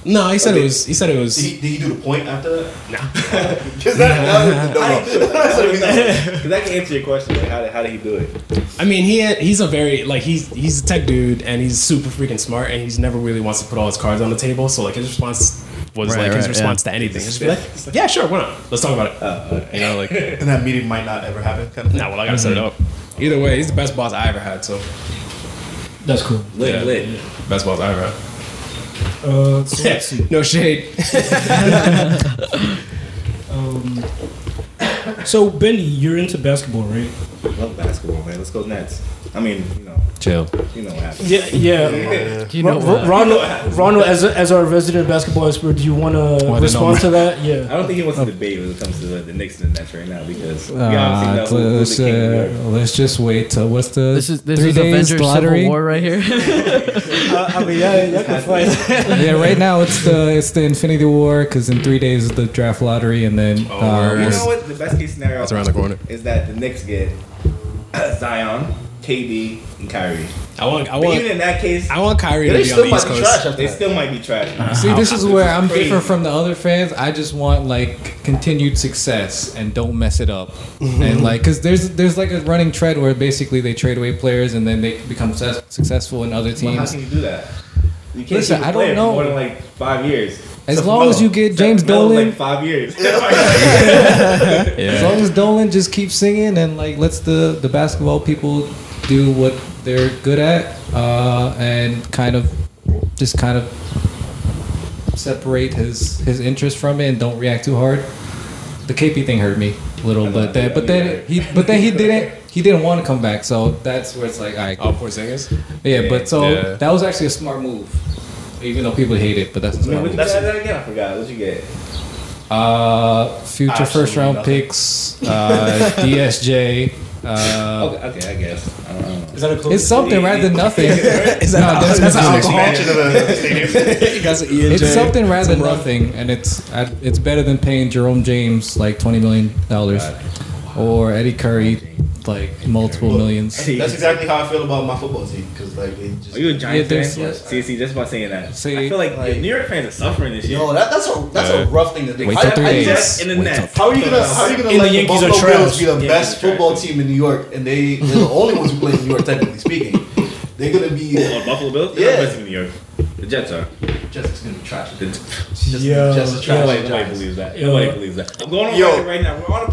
H: No, he said it was. He said it was.
G: Did he, did he do the point after that? *laughs* Nah. Because that, that was no, no. That's what I mean.
F: Because that can answer your question. Like, how did, how did he do it?
H: I mean, he had, he's a very like he's he's a tech dude and he's super freaking smart and he's never really wants to put all his cards on the table. So like his response was
D: Right,
H: like his
D: right,
H: response to anything. He's just like, yeah, sure, why not? Let's talk about it.
G: Uh,
H: you know, like *laughs*
G: And that meeting might not ever happen. Kind of thing.
H: nah, well, I gotta set it up. Either way, he's the best boss I ever had. So
B: That's cool.
F: Lit,
H: Yeah.
F: lit.
H: best boss I ever had.
B: Uh, so let's *laughs* see.
H: *laughs* no shade.
B: Um, so Benny, you're into basketball, right?
F: Love basketball, man. Let's go Nets. I mean, you know,
I: Chill.
F: you know what happened.
B: Yeah, yeah.
D: Do you know what?
B: Ronald, Ronald, as, a, as our resident basketball expert, do you want to
H: don't
B: respond
H: know.
B: to that?
F: I
B: Yeah.
F: don't think he wants
H: Oh.
F: to debate when it comes to the, the Knicks and the Nets right now because we
H: Ah,
E: Uh,
F: obviously know who- who the
E: let's,
F: king is.
E: uh, let's just wait. till what's the
D: This is this
E: three
D: is
E: days
D: Avengers
E: lottery?
D: Civil War right here.
B: I mean, yeah, yeah, can fight.
E: *laughs* yeah, right now it's the it's the Infinity War because in three days is the draft lottery, and then uh,
F: You
E: we'll-
F: know what? The best case scenario
H: That's around the corner.
F: is that the Knicks get *coughs* Zion, KD, and Kyrie.
H: I want I
F: But even
H: want
F: in that case,
H: I want Kyrie
G: Yeah,
H: to
G: they
H: be on
G: still
H: the
G: might
H: East
G: be
H: Coast.
G: trash. after
F: they
G: that.
F: still might be trash.
E: see, this is where I'm
F: crazy.
E: different from the other fans. I just want like continued success and don't mess it up, and like because there's there's like a running trend where basically they trade away players and then they become success, successful in other
F: Well, how
E: teams.
F: can you do that? You can't
E: Listen,
F: keep a
E: I don't
F: player for
E: know.
F: More than like five years.
E: As
F: Except
E: long as
F: Melo.
E: you get
F: Except
E: James
F: Melo's,
E: Dolan,
F: like five years. *laughs*
E: as long as Dolan just keeps singing and like lets the the basketball people do what they're good at, uh, and kind of just kind of separate his his interest from it and don't react too hard. The KP thing hurt me a little,
F: know,
E: but then
F: yeah,
E: but
F: me
E: then he but then he didn't he didn't want to come back, so that's where it's like all right,
H: Oh, Porzingis.
E: yeah. But so
H: Yeah.
E: that was actually a smart move, even though people hate it. But that's a
F: I mean,
E: smart
F: what'd
E: move.
F: you get out of that again? I forgot. What'd you get?
E: Uh, future
G: Absolutely
E: first round
G: nothing.
E: picks, uh, *laughs* DSJ. Uh,
F: Okay, okay, I guess. I don't, I don't know.
B: Is that a
E: It's something rather than nothing.
H: *laughs* Is
E: No, that's- that's
G: Expansion of the stadium.
E: *laughs*
H: E
E: It's something rather than nothing, and it's I, it's better than paying Jerome James like twenty million dollars. or Eddie Curry, like multiple millions.
F: *laughs* See,
G: That's exactly how I feel about my football team because like they just.
F: Are you a Giants
E: Yeah,
F: fan?
E: there's-
F: See, see, just by saying that.
E: See,
F: I feel like,
G: like-
F: New York fans are suffering this year.
G: Yo, that, that's a that's a rough thing to do.
E: Wait
G: How-
E: till three
G: how you
E: days.
G: just-
F: Jets in the
E: Wait
F: net.
G: How are you gonna How are you gonna
B: And
G: let
B: the
G: the,
B: Yankees are
G: Buffalo
B: trash.
G: Bills be the
F: Yankees
G: best
F: are trash.
G: football team in New York, and they they're the only ones who play in New York, technically speaking? They're gonna be
F: Oh, Buffalo Bills? They're
G: Yeah.
F: the best team in New York. The Jets are.
G: just gonna be trash.
F: The-
G: Just,
B: Yo,
G: just a trash.
F: Nobody, nobody
G: Giants.
F: believes that.
B: Yo.
F: Nobody believes that. I'm going on
G: Yo.
F: record right now. We're on a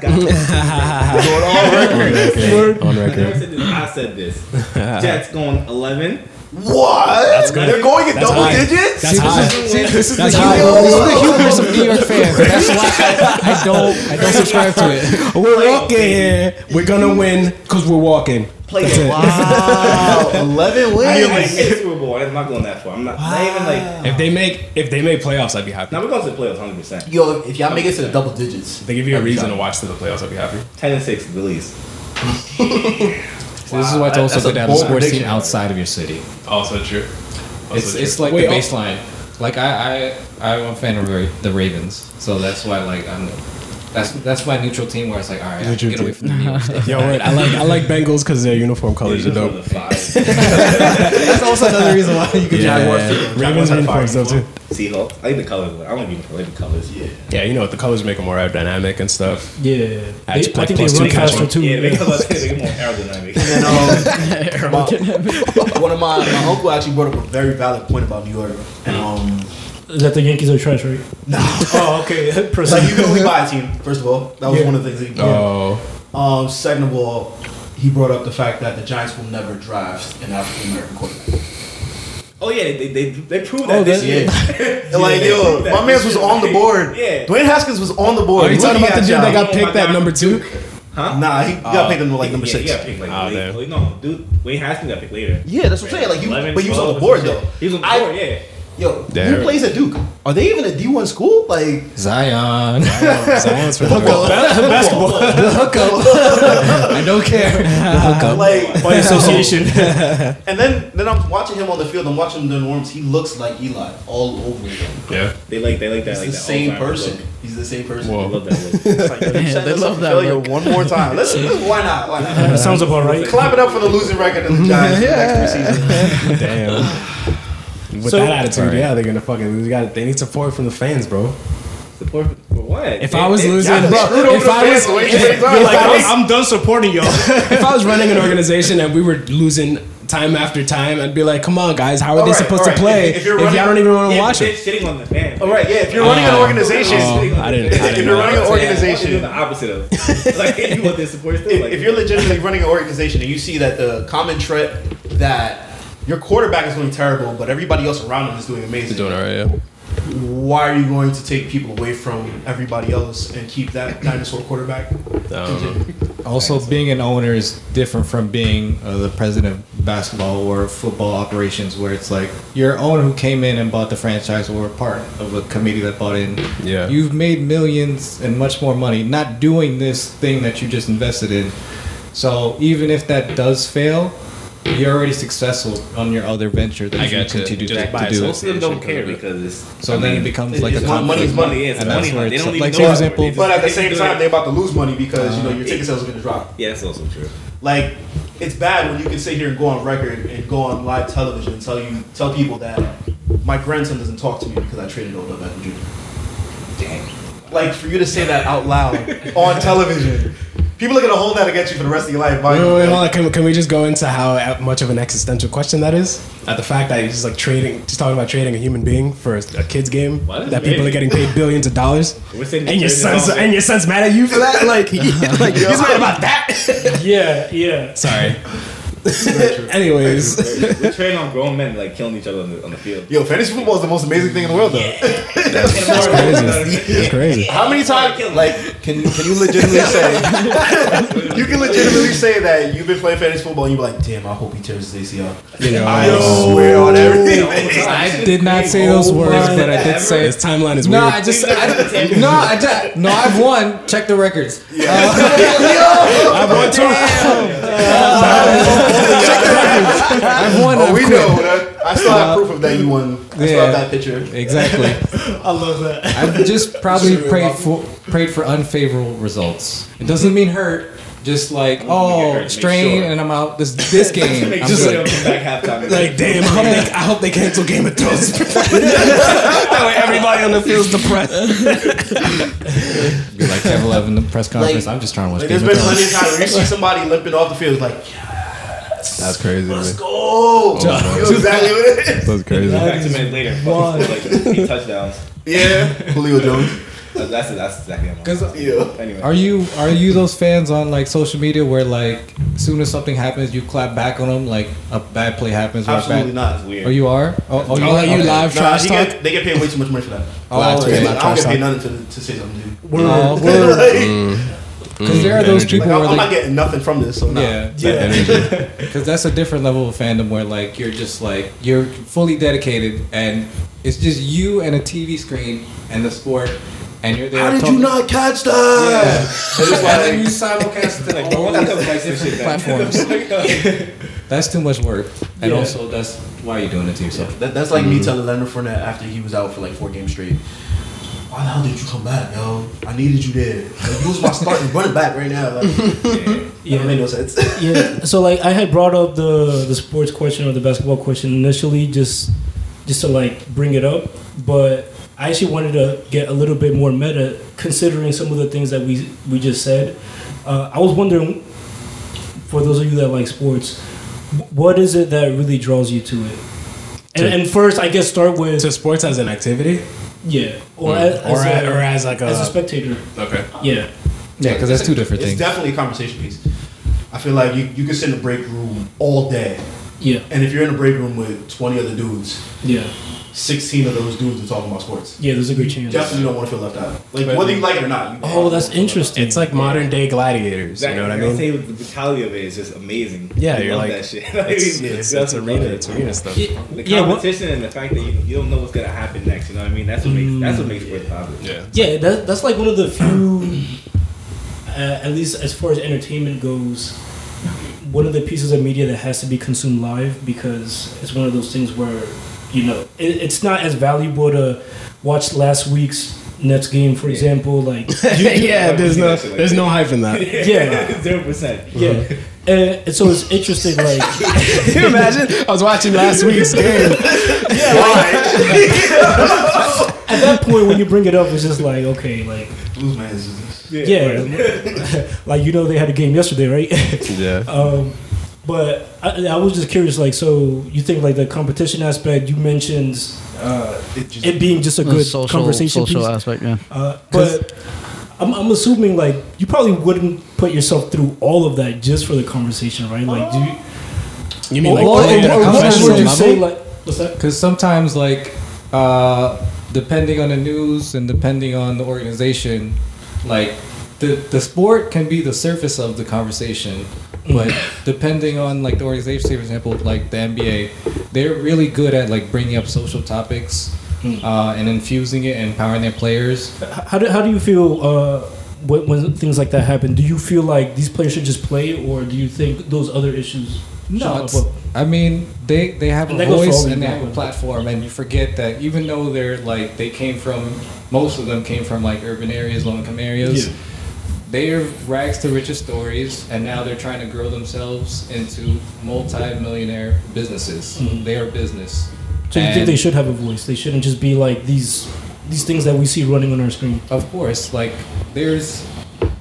E: *laughs*
F: guys.
G: Going on record.
H: On
F: I never
H: record.
F: said this. I said this.
E: *laughs*
F: Jets going 11.
G: What?
H: good.
G: They're going in
H: That's
G: double
H: high.
G: digits.
H: That's high.
E: See, this is
H: That's
E: the
H: high.
E: hubris- this is the hubris of New York
H: *laughs*
E: fans. and That's why I don't, I don't subscribe to it.
H: We're walking here. We're gonna win because we're walking.
F: Play it.
G: Wow, *laughs*
F: I
G: eleven wins.
F: didn't like hit Super Bowl. I'm not going that far. I'm not, not even like.
H: If they make if they make playoffs, I'd be happy.
F: Now we're going to the playoffs 100%.
G: Yo, if y'all make it to the double digits,
H: They give you a reason to watch to the playoffs, I'd be happy.
F: 10 and 6 at the least.
E: So this is why it's also
G: that's a
E: good to have a
G: bold
E: sports team
G: prediction.
E: outside of your city.
H: Also Oh, true. Also
E: It's
H: true.
E: it's like
H: Wait, oh.
E: the baseline. Like I I I'm a fan of Ra- the Ravens, so that's why like I'm. That's that's my neutral team where it's like all right, I can
H: Neutral
E: get away from the New York
H: *laughs*
E: State.
H: Yo, wait, I like I like Bengals because their uniform colors Oh, are
F: Those are
H: dope.
F: the
H: *laughs*
F: five.
E: That's also another reason why you could
H: Ravens uniforms dope too.
F: Seahawks. I like the colors. I don't even like the colors. Yeah.
H: Yeah, you know what? The colors make them more aerodynamic and stuff.
B: Yeah,
H: I
B: They-
H: just
B: I
H: played
B: think they
H: plus
B: run
H: two
B: faster
H: catching.
B: too.
F: Yeah, they make
B: yeah.
F: them look- they make them more aerodynamic.
G: and *laughs* um, my- one of my, my uncle actually brought up a very valid point about New York. And um,
B: Is that the Yankees are trash, right?
G: no,
B: Oh, okay.
G: it's like you can only buy a team. First of all, that was
B: Yeah.
G: one of the things. That he brought up.
H: Oh,
G: Um, second of all, he brought up the fact that the Giants will never draft an African American quarterback.
F: Oh yeah, they they, they proved that
B: Oh,
F: this
B: that-
F: year. *laughs*
G: And like yo, my man's was on the board.
F: Yeah.
G: Dwayne Haskins was on the board.
H: are you talking
G: Look
H: about the
G: at
H: dude
G: y'all.
H: that got picked at number two?
F: Huh?
G: Nah, he got picked at like number
F: Uh, yeah,
G: six.
F: Yeah, picked like
H: Ah,
F: late-
H: damn.
F: late- no, dude, Wayne Haskins got picked later.
G: Yeah, that's what I'm saying. Like, he,
F: 11,
G: but he was on
F: 12,
G: the board
F: some shit.
G: though.
F: He was on the
G: I-
F: board. Yeah.
G: Yo,
H: Damn.
G: who plays at Duke? Are they even a D1 school? Like,
E: Zion,
H: *laughs* Zion's for the
G: basketball.
E: *laughs*
G: *laughs*
E: I don't
H: *laughs*
E: care.
G: like,
B: By association.
G: *laughs* and then then I'm watching him on the field. I'm watching him doing warms. He looks like Eli all over again.
H: Yeah.
F: They like they like that.
G: He's
F: like that
G: the same
F: all-time
G: person.
F: look.
G: He's the same person.
F: I
H: Whoa.
F: love that. Look.
G: It's like,
D: *laughs*
G: yo, you
D: Yeah,
G: set
D: they
G: us
D: love
G: up for
D: that
G: failure
D: look.
G: one more
D: *laughs*
G: time. Let's, let's- why not? Why
B: That
G: not?
B: sounds about *laughs* right.
G: Clap it up for the losing
D: *laughs*
G: record of the Giants for next season.
H: Damn. With
B: So-
H: that attitude, yeah, they're gonna fucking lose. They got- They need support from the fans, bro.
F: Support for what?
H: If
F: They-
H: I was
F: they-
H: losing,
G: Y'all just screwed
H: if
G: over the
H: I was,
G: fans the way
H: if,
G: you did.
H: *laughs* if I was
B: I'm done supporting y'all.
H: if I was running an organization and we were losing time after time, I'd be like, "Come on, guys, how are they
G: Alright,
H: supposed
G: alright.
H: to play if,
G: If- if you're running-
H: y'all don't even want to
F: yeah,
H: watch
F: they're
H: *laughs* it?"
F: shitting on the fans.
G: All right, yeah. If you're running an
D: Uh,
H: Oh.
G: organization,
H: Oh, I didn't. I
G: if
H: didn't
G: you're running
H: know.
G: an organization,
F: the opposite of like you want their support still.
G: if,
F: like,
G: if you're legitimately running an organization and you see that the common threat that your quarterback is doing terrible, but everybody else around him is doing amazing,
H: alright, yeah.
G: why are you going to take people away from everybody else and keep that dinosaur quarterback? Continue.
E: Also, being an owner is different from being uh, the president of basketball or football operations, where it's like you're an owner who came in and bought the franchise or were part of a committee that bought in.
H: Yeah.
E: You've made millions and much more money not doing this thing that you just invested in. So, even if that does fail, you're already successful on your other venture that
H: I
E: you can
H: got you.
E: continue
H: Just
E: to,
H: buy
E: to do.
F: most of them don't
H: Association
F: care
H: could be-
F: because it's
E: So
F: I
E: then
F: mean,
E: it becomes like a
G: it's-
E: conflict.
G: money is
F: money, yeah, it's
E: And
F: money,
E: that's
F: like,
E: where
F: they
E: it's
F: don't
E: like,
F: even
E: for
F: know.
E: example,
G: But at the same
F: It's
G: time,
F: good.
G: they're about to lose money because you know your ticket sales are going to drop.
F: yeah, that's also true.
G: Like it's bad when you can sit here and go on record and go on live television and tell you tell people that my grandson doesn't talk to me because I traded Odell Beckham Jr.
F: Damn.
G: like for you to say that
H: *laughs*
G: out loud on television. People are gonna hold that against you for the rest of your life.
H: Wait,
G: Mike.
H: wait, wait, hold on. Can, can we just go into how much of an existential question that is? At the fact that he's just like trading, just talking about trading a human being for a, a kid's game
F: Why does
H: that
F: it
H: people
F: make-
H: are getting paid billions
F: *laughs*
H: of dollars,
F: We're saying
H: and your
F: it's
H: son's
F: all-
H: and your son's mad at you for
F: *laughs*
H: that. Like, *laughs* he- like he's mad about that.
B: *laughs* yeah, yeah.
H: Sorry. *laughs* Anyways,
F: We're training on grown men like killing each other on the, on the field.
G: Yo, fantasy football is the most amazing thing in the world,
F: *laughs*
G: though.
F: That's crazy.
H: it's crazy.
G: How many times, like, can can you legitimately say you can legitimately say that you've been playing fantasy football and you're like, damn, I hope he tears his ACL.
H: You know,
G: I
H: it's-
G: swear on everything. *laughs*
E: I did not say those
G: Oh
E: words, but I did say
H: his timeline is
E: No,
H: weird.
E: I just I, no, I just no. I've won. Check the records. Uh, *laughs*
H: I want to.
E: I've won.
G: Oh,
E: I've
G: we
E: quit.
G: Oh, know that. I still have proof of that you won. I still have that picture.
E: Exactly.
B: I love that.
E: I just probably prayed for prayed for unfavorable results. It doesn't mean hurt. Just like
F: get hurt,
E: oh
F: make
E: strain
F: sure.
E: and I'm out this *laughs* this game. I'm
F: Just
E: good.
F: like come back
E: *laughs*
F: halftime.
H: *laughs* Like, damn, I hope, they, I hope they cancel Game of Thrones. *laughs* that way everybody
F: *laughs*
H: on the field's depressed.
E: Be like Kevin Love in the press conference.
G: Like-
E: I'm just trying to watch
G: Like,
E: Game
G: there's
E: of
G: been plenty of
E: Thrones.
G: times where you see somebody limping off the field, it's like, yeah,
I: That's crazy.
G: let's
I: Man.
G: go. You know exactly what it is.
I: That's crazy.
F: Back two minutes later,
B: Why?
F: fucking scored, *laughs* like three touchdowns.
G: *laughs* Yeah. Julio Jones.
F: That's that's, that's exactly how. I'm-
E: 'Cause
G: Yeah.
F: Anyway,
E: Are you are you those fans on like social media where like as soon as something happens you clap back on them like a bad play happens right
G: Absolutely
E: back?
G: not.
F: that's weird.
E: Oh, you are? Oh, oh you,
H: Oh,
E: are?
H: you
E: Okay.
H: live
G: Nah,
H: trash
G: he
H: talk?
G: get, they get paid way too much money for that.
E: Oh,
G: Like,
E: okay.
G: I don't get paid nothing to, to say something, dude.
E: Oh,
G: Like,
E: well,
G: Mm,
E: because there are those people
G: like, I'm,
E: where
G: I'm not
E: like
G: getting nothing from this, so nah.
E: yeah, *laughs*
G: *laughs*
E: because that's a different level of fandom where like you're just like you're fully dedicated and it's just you and a TV screen and the sport and you're there.
G: How did
E: talking-
G: you not catch that?
E: And then you simulcast
G: *laughs*
E: to all these, like, different *laughs*
F: *laughs*
E: platforms. That's too much work, and also that's why you're doing it to yourself.
G: That, that's like me telling Leonard Fournette after he was out for like four games straight. Why the hell did you come back, yo? I needed you there. Like, you was my starting *laughs* running back right now. Like, yeah, it made no sense. *laughs*
B: yeah. So like I had brought up the the sports question or the basketball question initially, just just to like bring it up. But I actually wanted to get a little bit more meta, considering some of the things that we we just said. Uh, I was wondering, for those of you that like sports, wh- what is it that really draws you to it? And, and first, I guess start with
H: To sports as an activity?
B: yeah, or as,
H: Or,
B: as
H: a,
B: a,
H: or as like a.
B: as a spectator,
H: okay.
B: yeah.
E: Yeah, because that's two different
G: It's
E: things.
G: definitely a conversation piece. I feel like you, you could sit in the break room all day.
B: Yeah,
G: And if you're in a break room with 20 other dudes,
B: yeah,
G: 16 of those dudes are talking about sports.
B: yeah. There's a good chance.
G: You definitely don't want to feel left out. Like,
H: But-
G: whether you like it or not. You
B: Oh, that's interesting.
H: It's like modern day gladiators. You know what I
F: Like I
H: mean?
F: say the brutality of it is just amazing.
H: Yeah,
F: I
H: you're
F: love
H: like,
F: that shit. *laughs*
H: *laughs* It's,
F: Like,
H: it's,
F: that's
H: it's
F: what I love
H: arena,
F: it.
H: it's arena stuff.
B: Yeah,
F: The
B: yeah, well-
F: competition and the fact that you, you don't know what's gonna happen next. You know what I mean? That's what makes that's what makes sports popular.
H: *laughs* Yeah.
B: Yeah, that, that's like one of the few, uh, at least as far as entertainment goes, one of the pieces of media that has to be consumed live because it's one of those things where, you know, it, it's not as valuable to watch last week's Nets game, for example. Like,
H: yeah, there's no, there's no hype in that. *laughs*
B: yeah,
F: *laughs* Zero percent.
B: yeah. And, and so it's interesting, like,
H: Can you imagine? I was watching last week's game. *laughs*
B: at that point when you bring it up, it's just like, okay, like,
G: Blues man is just-
B: yeah. like, *laughs* you know, they had a game yesterday, right?
I: Yeah.
B: *laughs* Um, but I, I was just curious, like, so you think like the competition aspect you mentioned
G: uh, it just,
B: it being just a
D: The
B: good
D: Mm, social,
B: conversation
D: social
B: piece,
D: aspect, yeah.
B: uh, but I'm, I'm assuming like you probably wouldn't put yourself through all of that just for the conversation, right? Like, do you,
H: You mean
B: or,
H: like
B: or-
H: play at a
B: or what
H: professional
B: would you
H: level?
B: say like? What's that?
E: Because sometimes, like, uh, depending on the news and depending on the organization, like, the, the sport can be the surface of the conversation, but depending on like the organization, say for example, like the NBA, they're really good at like bringing up social topics uh, and infusing it and empowering their players.
B: How do how do you feel uh, when, when things like that happen? Do you feel like these players should just play, or do you think those other issues? should
E: No,
B: pop
E: it's,
B: up?
E: I mean they they have
B: And
E: a
B: that goes for
E: voice
B: all
E: and they
B: these
E: have a
B: people.
E: platform, and you forget that even though they're like they came from most of them came from like urban areas, low income areas.
B: Yeah.
E: They are rags to riches stories, and now they're trying to grow themselves into multi-millionaire businesses. They are business.
B: So you think
E: And-
B: they should have a voice? They shouldn't just be like these these things that we see running on our screen.
E: Of course, like there's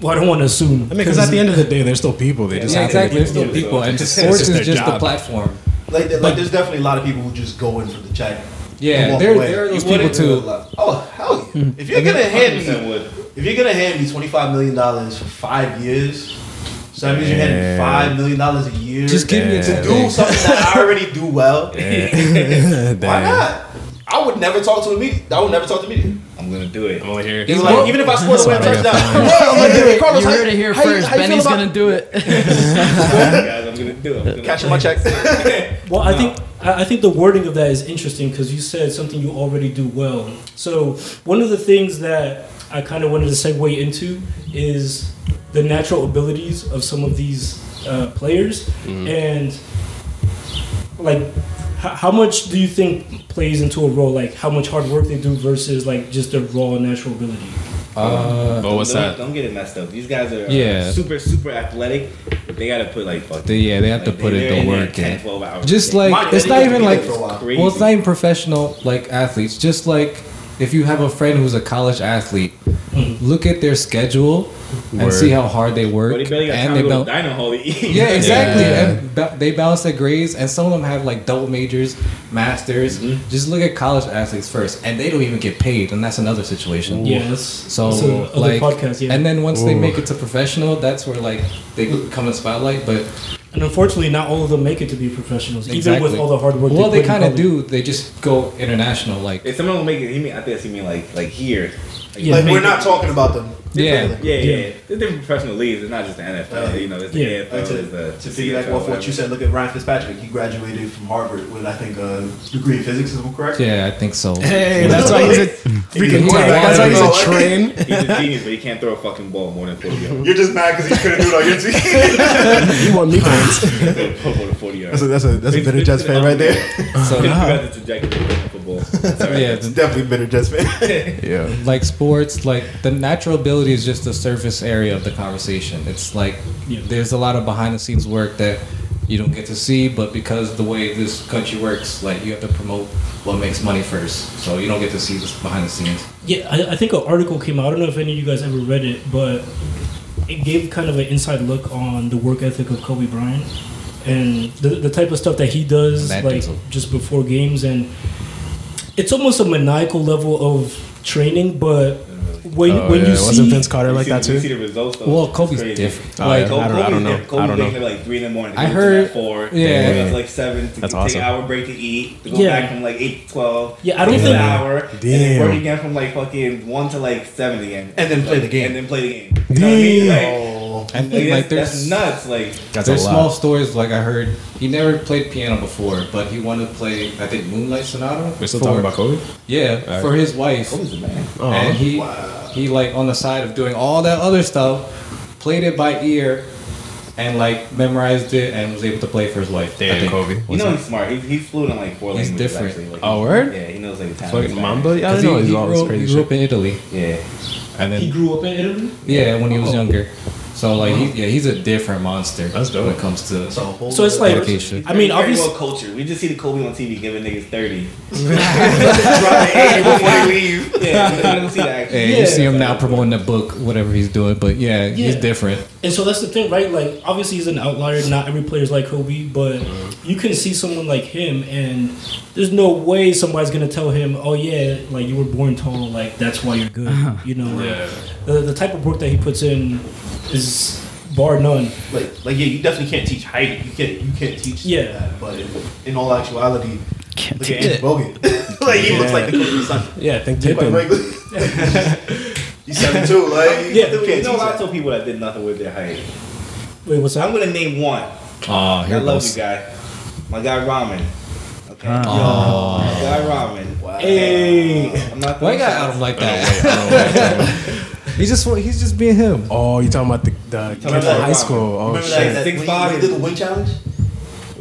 B: Well, I don't want to assume.
H: I mean, because at the end of the day, they're still people. They just
E: yeah,
H: have to-
E: exactly there's still
F: Yeah.
E: people, and
H: It's
E: sports
H: just
E: is
H: their
E: just the
H: job.
E: platform.
G: like, that- like, there's definitely a lot of people who just go in for the check. and
E: Yeah,
G: walk
E: there,
G: away.
E: there are
G: You
E: those people
G: wouldn't do a
E: too.
G: lot. Oh hell yeah! If you're gonna hand me, if you're gonna hand me twenty five million dollars for five years, so that means you're handing me
I: Yeah.
G: five million dollars a year.
E: Just give me a
I: Yeah.
E: tip.
G: do something that I already do well.
H: *laughs*
G: Why
I: Damn.
G: not? I would never talk to a media. I would never talk to media.
F: I'm gonna do it.
H: I'm only here.
G: Even, like, even if I scored a win
I: Sorry,
G: touchdown,
D: You
G: Carlos, how-
D: heard it here
G: how you-
D: first.
G: how you feel
D: Benny's
G: about
D: gonna do it.
F: Guys,
H: *laughs*
F: I'm gonna do it. I'm gonna
G: catching
F: *laughs*
G: my check.
B: well, I think I I think the wording of that is interesting because you said something you already do well. So one of the things that I kind of wanted to segue into is the natural abilities
E: Mm-hmm.
B: of some of these uh, players and like H- how much do you think plays into a role? Like how much hard work they do versus like just their raw natural ability.
E: Uh,
H: Oh, what's
F: don't,
H: that?
F: Don't get it messed up. These guys are uh,
E: Yeah.
F: super, super athletic. But they gotta put like fuck.
E: They- yeah, they have to
F: like,
E: put
F: they're
E: in the
F: there
E: work
F: 10,
E: in.
F: 12 hours.
E: just
F: Yeah.
E: like
G: My-
E: it's
G: they
E: not
G: did
E: even
G: it
E: like
G: for a while.
F: Crazy.
E: well, it's not even professional like athletes. Just like if you have a friend who's a college athlete,
F: Hmm.
E: look at their schedule and see how hard they work.
F: But he barely got time
E: and
F: to
E: they
F: go to
E: bel-
F: the dino hall to eat.
E: yeah, exactly.
H: Yeah.
E: And ba- they balance their grades, and some of them have like double majors, masters.
F: Mm-hmm.
E: Just look at college athletes first, and they don't even get paid, and that's another situation.
B: Yes.
E: So
B: other
E: like,
B: podcast, yeah.
E: and then once they
H: Ooh.
E: make it to professional, that's where like they come in the spotlight. But
B: And unfortunately, not all of them make it to be professionals, even with
E: Exactly.
B: all the hard work.
E: well, they
B: put in
E: kind of
B: public.
E: do. They just go international, like
F: If someone will make it, he mean I think that's he mean like like here. Like,
B: Yeah.
G: Like we're
F: make
G: not
F: it-
G: talking about them.
E: yeah.
F: Yeah, yeah,
B: Yeah.
F: yeah. There's different professional leagues. It's not just the
H: Uh,
F: NFL. You know, there's the
B: Yeah.
F: AFL.
G: Like, to
F: there's the
G: to piggyback off what you said, look at Ryan Fitzpatrick. He graduated from Harvard with, I think, a degree in physics, is that correct?
E: Yeah, I think so.
H: Hey, that's why he's a freaking.
G: quarterback.
H: That's why he's a
G: Quarterback.
H: *laughs* train.
F: He's a genius, but he can't throw a fucking ball more than 40
H: *laughs*
F: yards.
G: You're just mad because he couldn't do it on your team.
H: You want me points?
F: He can't throw a ball more than 40 yards.
G: *laughs*
F: *laughs*
G: that's a that's a that's a bitter Jets fan right *laughs* there.
H: *laughs*
E: So
F: You got the trajectory of football. Sorry.
E: yeah,
G: It's definitely a bitter Jets fan. *laughs*
C: Yeah.
E: like sports, like the natural ability is just the surface area of the conversation. It's like there's a lot of behind the scenes work that you don't get to see, but because the way this country works, like you have to promote what makes money first, so you don't get to see this behind the scenes.
B: Yeah, I, I think an article came out. I don't know if any of you guys ever read it, but it gave kind of an inside look on the work ethic of Kobe Bryant and the, the type of stuff that he does,
E: Mad
B: like
E: diesel.
B: just before games. And it's almost a maniacal level of training, but when,
H: Oh,
B: when
H: yeah.
B: you
H: Wasn't
B: see
H: Vince Carter
F: You
H: like
F: see,
H: that
F: you see
H: too?
F: the results though.
E: Well,
F: It's
E: Kobe's
F: crazy.
E: different.
H: Oh,
E: like
H: yeah. I don't- I don't know.
F: Kobe
H: I don't
F: wakes
H: know.
F: up at like three in the morning.
E: I
F: goes to
E: heard-
F: bed at four.
E: yeah.
F: Goes to, like seven. To
H: That's
F: take
H: awesome.
F: an hour break to eat. To go
B: Yeah.
F: back from like eight to twelve.
B: Yeah, I don't
F: take
B: think-
F: an hour. Damn. And
H: Damn.
F: then work again from like fucking one to like seven again.
G: And then play the game.
F: And then play the game. You know what I mean? Like,
E: and
F: like,
E: then, like
F: that's,
E: there's
F: that's nuts. Like
H: That's a
E: there's small
H: lot.
E: stories like I heard he never played piano before, but he wanted to play I think Moonlight Sonata.
H: We're still
E: for-
H: talking about Kobe. Eh?
E: Yeah,
H: right.
E: for his wife.
F: Kobe's a man.
H: Uh-huh.
E: and he he like on the side of doing all that other stuff, played it by ear, and like memorized it and was able to play for his wife. I think.
H: Kobe.
F: You know he's smart. He's, he's fluent in like four
E: He's
F: languages.
E: different.
F: Actually. Like,
H: Oh, word?
F: Yeah, he knows like Italian.
H: Fucking
F: Spanish.
H: Mamba. Yeah, I
E: 'Cause
H: know
E: he,
H: he's
E: he
H: all
E: grew,
H: this
E: up,
H: crazy
E: he grew
H: shit.
E: up in Italy.
F: Yeah.
H: And
B: he
H: then
B: grew up in Italy.
E: *laughs* Yeah, when he was younger. So like he, yeah, he's a different monster
H: Uh-huh. That's dope.
E: when it comes to
G: It's a whole
B: So it's like,
E: Dedication.
B: I mean,
F: Very
B: obviously,
F: well cultured. We just see the Kobe on TV giving niggas thirty. *laughs* Yeah, we don't see that.
E: Hey,
B: Yeah.
E: Eh, you see him now promoting the book, whatever he's doing, but yeah, he's
B: Yeah.
E: different.
B: And so that's the thing, right? Like, obviously, he's an outlier. Not every player's like Kobe, but you can see someone like him, and there's no way somebody's gonna tell him, "Oh yeah, like you were born tall, like that's why you're good."
H: Uh-huh.
B: You know, like, the the type of work that he puts in is bar none.
G: like like yeah, you definitely can't teach height. You can't you can't teach
B: Yeah.
G: that. But in, in all actuality,
D: Can't
G: look
D: do
G: at Andrew Bogut. *laughs* like he looks like the Kobe son.
H: yeah, I think
G: Quite
H: Pippen.
G: frankly. He's seven two. Like
B: Yeah,
G: you
F: You
G: can't
F: know,
G: teach
F: I
G: that.
F: told people that did nothing with their height.
B: Wait, what's
F: I'm
B: that?
F: gonna name one.
E: Oh, here
F: I
E: it
F: love you,
E: goes.
F: guy. My guy Ramen. Okay. My guy Ramen. Wow.
B: Hey.
F: I'm not.
E: Why you got out of like that? *laughs* he's just he's just being him.
H: Oh, you talking about the, the
F: about
H: kid from
F: that
H: high
F: Ramen.
H: school? Oh
G: Remember
H: shit.
G: that, that
F: Six
G: when
F: five.
G: he did the wing challenge?
H: *laughs*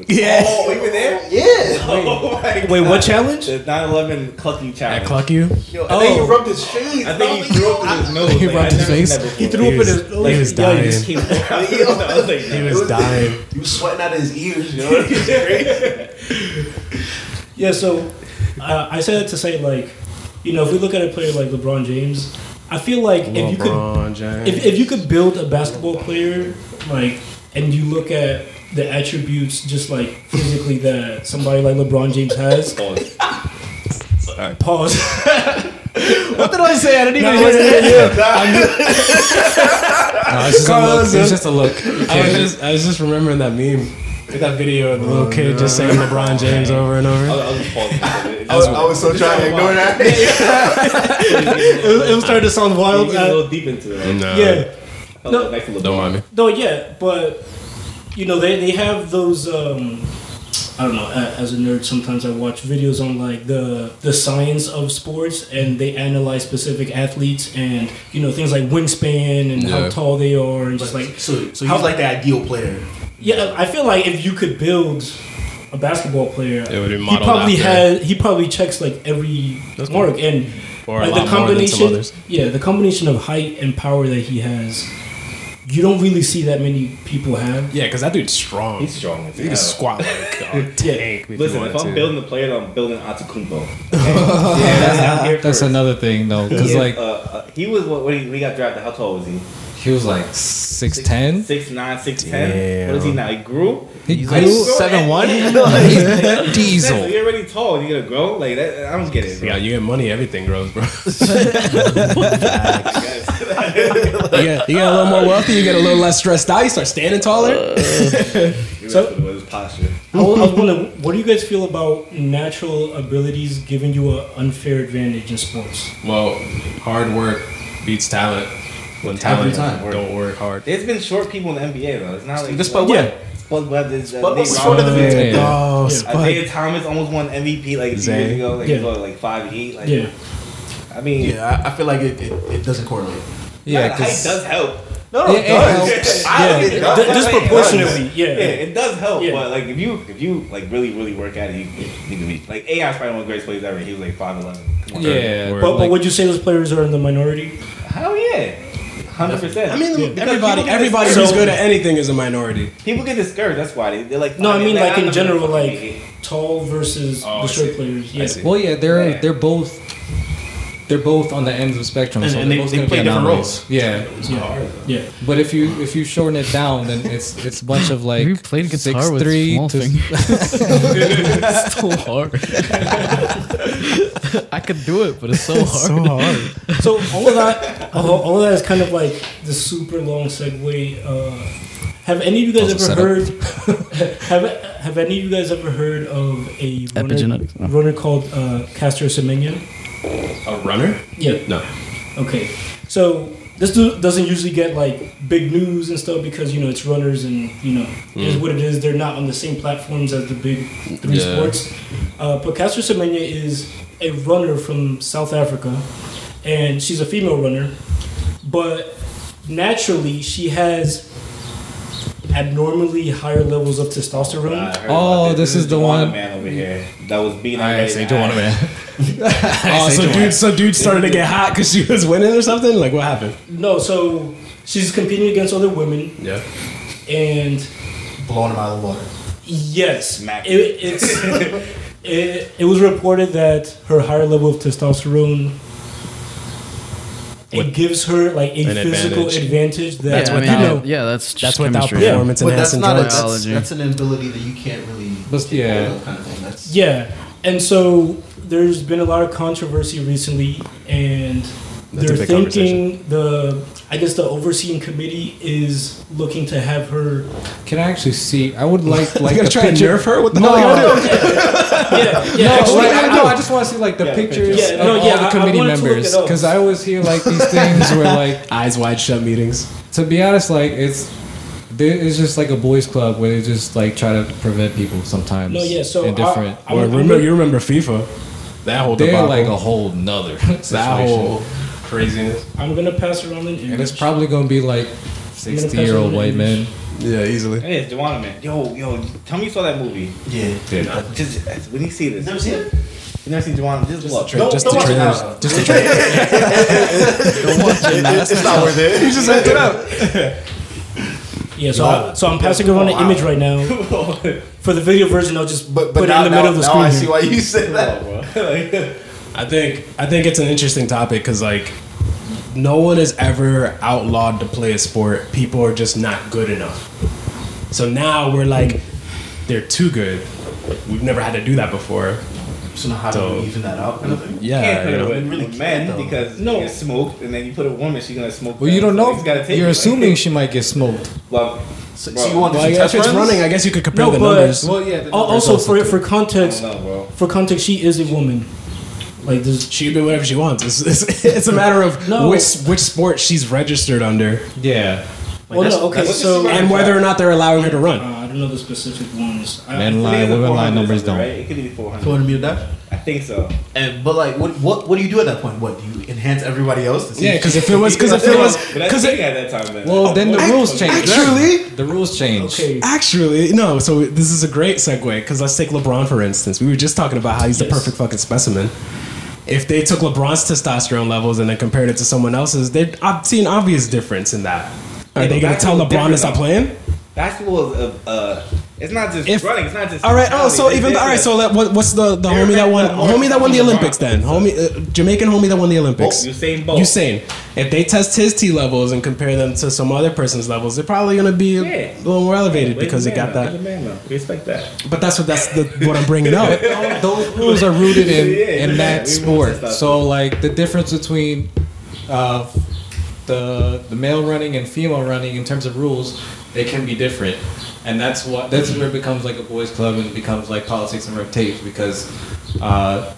H: Yeah.
F: Oh, we were there.
G: Yeah.
F: Oh my
B: Wait, what
F: God.
B: challenge?
F: The 9/11 Clucky
H: That
F: challenge.
H: cluck you?
G: Yo, I think he rubbed his shoes.
F: I think he threw
G: *laughs*
F: up in his nose.
H: He
F: like,
H: rubbed
F: I've
H: his
F: never
H: face.
F: seen that
B: He
F: before.
B: threw up in his.
H: was- he was
B: Yeah,
H: dying.
B: just came-
G: *laughs*
F: I *laughs* was like,
H: He
F: nah.
H: was dying.
G: He was sweating out of his ears, you *laughs* know?
B: *laughs* Yeah, so uh, I said that to say, like, you know, if we look at a player like LeBron James, I feel like if you could
H: LeBron James.
B: if, if you could build a basketball player like and you look at the attributes just like physically that somebody like LeBron James has.
F: Pause.
B: Pause.
H: *laughs*
D: What did I say? I didn't even
B: No,
D: hear
B: wait,
D: that.
E: No, it's just a look. It's just a look.
H: I was just I was just remembering that meme. That video of the little kid just saying LeBron James over and
F: I
H: over.
F: was- I was pausing.
G: I was, I was so trying to ignore that.
B: It, was- it was starting to sound
F: You
G: Oh,
B: wild.
F: get a
B: Uh,
F: little deep into it.
B: yeah. No.
F: No, back to
H: Don't
F: LeBron.
H: mind me.
B: No, yeah, but you know they, they have those. Um, I don't know. a- As a nerd, sometimes I watch videos on like the the science of sports, and they analyze specific athletes and you know things like wingspan and how
H: Yeah.
B: tall they are, and just like
G: so, so he's
B: How-
G: like the ideal player.
B: Yeah, I feel like if you could build a basketball player,
H: It would be
B: he
H: modeled
B: probably
H: after-
B: had he probably checks like every
H: That's cool.
B: mark and
H: Or a
B: like,
H: lot more than some others.
B: Yeah, the combination of height and power that he has, you don't really see that many people have.
H: Yeah, because that dude's strong.
F: He's strong as
H: He can
F: hell.
B: *laughs*
H: squat like a tank. if
F: Listen,
H: you
F: if
H: want
F: I'm
H: to.
F: building the player, I'm building
H: *laughs*
F: Atakumbo.
E: That's another thing though, because like
F: uh, uh, he was what when he, we got drafted. How tall was he?
E: he was like six ten.
F: Six nine, six ten. What is he now? He grew.
E: He
F: like
E: grew seven
H: *laughs*
E: one. He's
F: Exactly,
E: diesel.
F: You're already tall. You gonna grow like that? I don't get it.
H: Yeah,
F: Bro.
H: you get money, everything grows, bro. *laughs* you, get, you get a little more wealthy, you get a little less stressed out, you start standing taller.
B: So-
F: So, was posture.
B: I was I was wondering, *laughs* what do you guys feel about natural abilities giving you an unfair advantage in sports?
H: Well, hard work beats talent. When talent
G: time.
H: don't work hard.
F: There's been short people in the NBA though. It's not like
H: Just by what?
F: Spud Webb is uh,
G: Spud
F: Nate
G: was shorter than
F: Robinson.
E: me. Yeah.
H: Oh,
B: Yeah.
H: Spud.
F: Isaiah Thomas almost won MVP like a few
H: Zay.
F: years ago. Like
B: Yeah.
F: he's only like five eight. Like,
B: Yeah,
F: I mean, yeah,
G: Yeah, I, I feel like it, it, it doesn't correlate.
E: Yeah,
F: height does
E: because
F: help.
G: No, no,
E: Yeah, it helps.
F: I
B: Yeah.
F: don't think *laughs* it does.
B: D-
F: I think it
B: disproportionately,
F: does.
B: yeah.
F: it does help.
B: Yeah.
F: But like, if you if you like really really work at it, you, you can be like AI's probably one of the greatest players ever. He was like five eleven.
E: yeah,
H: Word.
B: but, but
E: like-
B: would you say those players are in the minority?
F: Hell yeah, hundred percent.
H: I mean,
F: Because
H: everybody,
F: people get
H: everybody
F: discouraged.
H: who's good at anything is a minority.
F: people get discouraged. That's why they, they're like.
B: No,
F: "Fuck
B: I
F: it,
B: mean like
F: I'm
B: in
F: not
B: general,
F: gonna
B: like
F: fucking make it."
B: tall versus
H: Oh, I
B: the short
H: see.
B: players.
H: I
B: Yeah,
H: see.
E: well, yeah, they're
F: Yeah.
E: they're both they're both on the ends of spectrum,
G: And-
E: so
G: and
E: they're
G: they-
E: both
G: they
E: gonna
G: play
E: be
G: different
E: anomalies. Yeah,
B: yeah, yeah.
E: but if you if you shorten it down, then it's it's a bunch of like
D: Have you played guitar with
E: three
D: small
E: to- *laughs*
D: fingers? it's so hard. I could do it, but it's so hard.
B: So all of that, all, all of that is kind of like the super long segue. Uh, have any of you guys
E: Those are
B: ever heard? *laughs* have Have any of you guys ever heard of a runner,
D: Epigenetics.
B: runner called uh, Castor Semenya?
H: A runner?
B: Yeah.
H: No.
B: Okay. So this do, doesn't usually get like big news and stuff because you know it's runners and you know it is what it is. They're not on the same platforms as the big three
H: Yeah.
B: sports. Uh, but Castor Semenya is a runner from South Africa, and she's a female runner, but naturally she has abnormally higher levels of testosterone.
F: I heard
E: Oh,
F: about
E: this is the
F: Juwan
E: one-
F: man over here that was beating.
E: I
F: everybody
E: say
F: in the
E: don't want
F: eye.
E: to man.
H: *laughs* Oh,
E: say
H: so
E: Joanne.
H: dude, so dude started to get hot because she was winning or something. Like, what happened?
B: No, so she's competing against other women,
H: Yeah.
B: and
G: Blowing them out of the water.
B: Yes,
F: Smack.
B: it, it's it, it was reported that her higher level of testosterone it gives her like a
H: An
B: physical
H: advantage.
B: advantage that
D: yeah, I mean,
B: you know.
D: yeah, that's just
H: That's without
D: chemistry.
B: Yeah.
H: performance
G: But that's
H: enhancing
G: not a,
H: drugs.
G: that's,
D: Biology.
G: that's an ability that you can't really.
E: But yeah.
G: that kind of thing. That's,
B: Yeah, and so there's been a lot of controversy recently, and
H: That's a
B: they're
H: big
B: thinking the I guess the overseeing committee is looking to have her.
E: Can I actually see? I would like like
H: *laughs* you gotta
E: a
H: try to
E: picture.
H: nerf her? What the
E: No,
H: hell are you gonna do?
B: Yeah, *laughs* yeah,
E: No,
B: actually,
E: like,
B: I-
E: I, no, I just want to see like the
F: Yeah,
E: pictures
B: pictures. Yeah,
E: of
B: no,
E: all
B: yeah, I- I
E: the committee
B: wanted to look
E: members
B: it up.
E: because I always hear like these things where like
H: Eyes wide shut meetings.
E: to be honest, like it's there is just like a boys' club where they just like try to prevent people sometimes.
B: no, yeah. So
E: in different.
B: I, I,
H: Well,
B: would- I
H: remember,
B: would-
H: you remember FIFA? That whole
E: they're
H: debacle.
E: like a whole nother *laughs*
H: that
E: situation,
H: whole craziness.
B: I'm gonna pass around an
E: and
B: image.
E: it's probably gonna be like sixty-year-old white men.
H: Yeah, easily.
F: Hey, it's Juwan man. Yo, yo, tell me you saw that movie.
G: yeah.
E: Yeah.
F: Just when you see this,
G: Never seen it?
F: you never seen Juwan. Just look.
H: Tra- just the trailers. Just the trailers.
G: It's not worth it.
H: you just left it up.
B: Yeah, so, I, so I'm passing around an image right
G: *laughs*
B: now. For the video version, I'll just
G: But, but
B: put
G: now,
B: it in the middle
G: now,
B: of the
G: now
B: screen.
G: I
B: here.
G: see why you said that.
H: *laughs* I think I think it's an interesting topic because like no one is ever outlawed to play a sport. People are just not good enough. So now we're like they're too good. We've never had to do that before.
G: So now how do
H: So-
G: we even that out? Kind of thing.
F: You can't
H: Yeah,
F: put
H: you
F: it
H: know.
F: with,
G: Really
F: with
G: can't,
F: men
G: though.
F: because
B: No.
F: you get smoked, and then you put a woman, she's gonna smoke.
E: Well, you
F: them,
E: don't
F: so
E: know.
F: you gotta take
E: You're
F: it,
E: assuming
F: Like,
E: she might get smoked.
F: well,
G: So,
F: Bro,
G: so you want
H: Well, I
G: to
H: guess
G: test
H: if it's
G: runs?
H: running, Oh, I guess you could compare
B: No,
H: the
B: but-
H: numbers.
E: Well, yeah.
B: Al- Oh, also, for for
F: I don't
B: context,
F: know, bro.
B: for context, she is a woman. Like this,
H: She can do whatever she wants. It's, it's, it's a matter of
B: No.
H: which which sport she's registered under
E: yeah.
B: well, no, okay,
F: that's-
B: so
F: that's-
H: and whether or not they're allowing her to run.
B: uh, I don't don't know the specific ones. I-
E: Men
B: I-
E: lie,
F: It could be
E: women lie,
F: 400
E: numbers
F: something,
E: don't.
F: Right? It could be 400.
G: 200 meter dash.
F: I think so.
G: And but like, what what what do you do at that point? What do you enhance everybody else? To see
H: Yeah, because if it was, because if it was,
F: But I
H: because
F: think at that time, then.
E: Well, then the rules change.
H: actually-
E: the rules change.
B: Okay,
H: Actually, no. So this is a great segue because let's take LeBron for instance. We were just talking about how he's the
B: Yes.
H: perfect fucking specimen. If they took LeBron's testosterone levels and then compared it to someone else's, they'd I've seen obvious difference in that. Are
F: Yeah, but
H: they gonna
F: that's
H: tell
F: what's
H: LeBron to
F: different,
H: stop
F: though.
H: playing?
F: basketball is a. Uh, it's not just
H: If-
F: running. It's not just.
H: All right. Oh, so
F: physicality,
H: even
F: it's
H: all right. So
F: different.
H: let, what, what's the the homie that won? Homie that won the Olympics then. Homie uh, Jamaican homie that won the Olympics.
F: Bolt, Oh, Usain Bolt.
H: Usain. If they test his T levels and compare them to some other person's levels, they're probably gonna be a
F: Yeah.
H: little more elevated
F: Where's
H: because
F: the
H: it
F: man
H: got
F: though?
H: that.
F: Where's the man though? We expect that.
H: But that's what that's the, what I'm bringing up.
E: those rules are rooted in
F: Yeah,
E: in
F: yeah,
E: that
F: we want
E: sport.
F: to stop
E: So like the difference between uh, the the male running and female running in terms of rules, they can be different, and that's what that's where it becomes like a boys' club and becomes like politics and red tape because uh,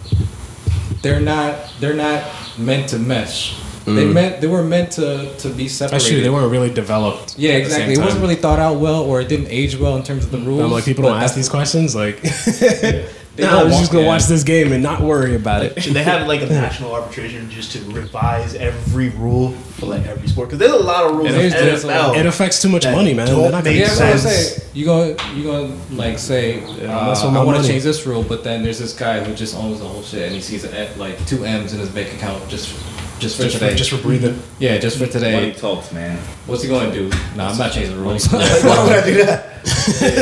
E: they're not they're not meant to mesh. They meant they were meant to to be separated.
H: That's true. They weren't really developed.
E: yeah,
H: at the same
E: exactly. It
H: time.
E: wasn't really thought out well, or it didn't age well in terms of the rules.
H: I'm like people don't
E: but
H: ask
E: that's-
H: these questions. Like,
E: They
H: *laughs* nah,
E: don't
H: I'm
E: walk-
H: just gonna
E: yeah.
H: watch this game and not worry about it.
G: Should *laughs* they have like a national arbitration just to revise every rule for like every sport? Because there's a lot of rules in
E: There's- there's a lot.
G: NFL.
H: It affects too much
G: That
H: money, man.
G: don't
H: They're not gonna-
G: make
E: Yeah,
H: Yeah,
E: that's what I'm
G: sense.
E: saying. You go, you go, like say, uh,
H: that's what my
E: I want
H: money-
E: to change this rule, but then there's this guy who just owns the whole shit, and he sees a, like two M's in his bank account just, just for
H: Just for,
E: today.
H: just for breathing.
E: yeah, just for
F: Money
E: today.
F: talks, man.
E: What's he going to do? Nah, I'm not changing the rules.
G: Why would I do that?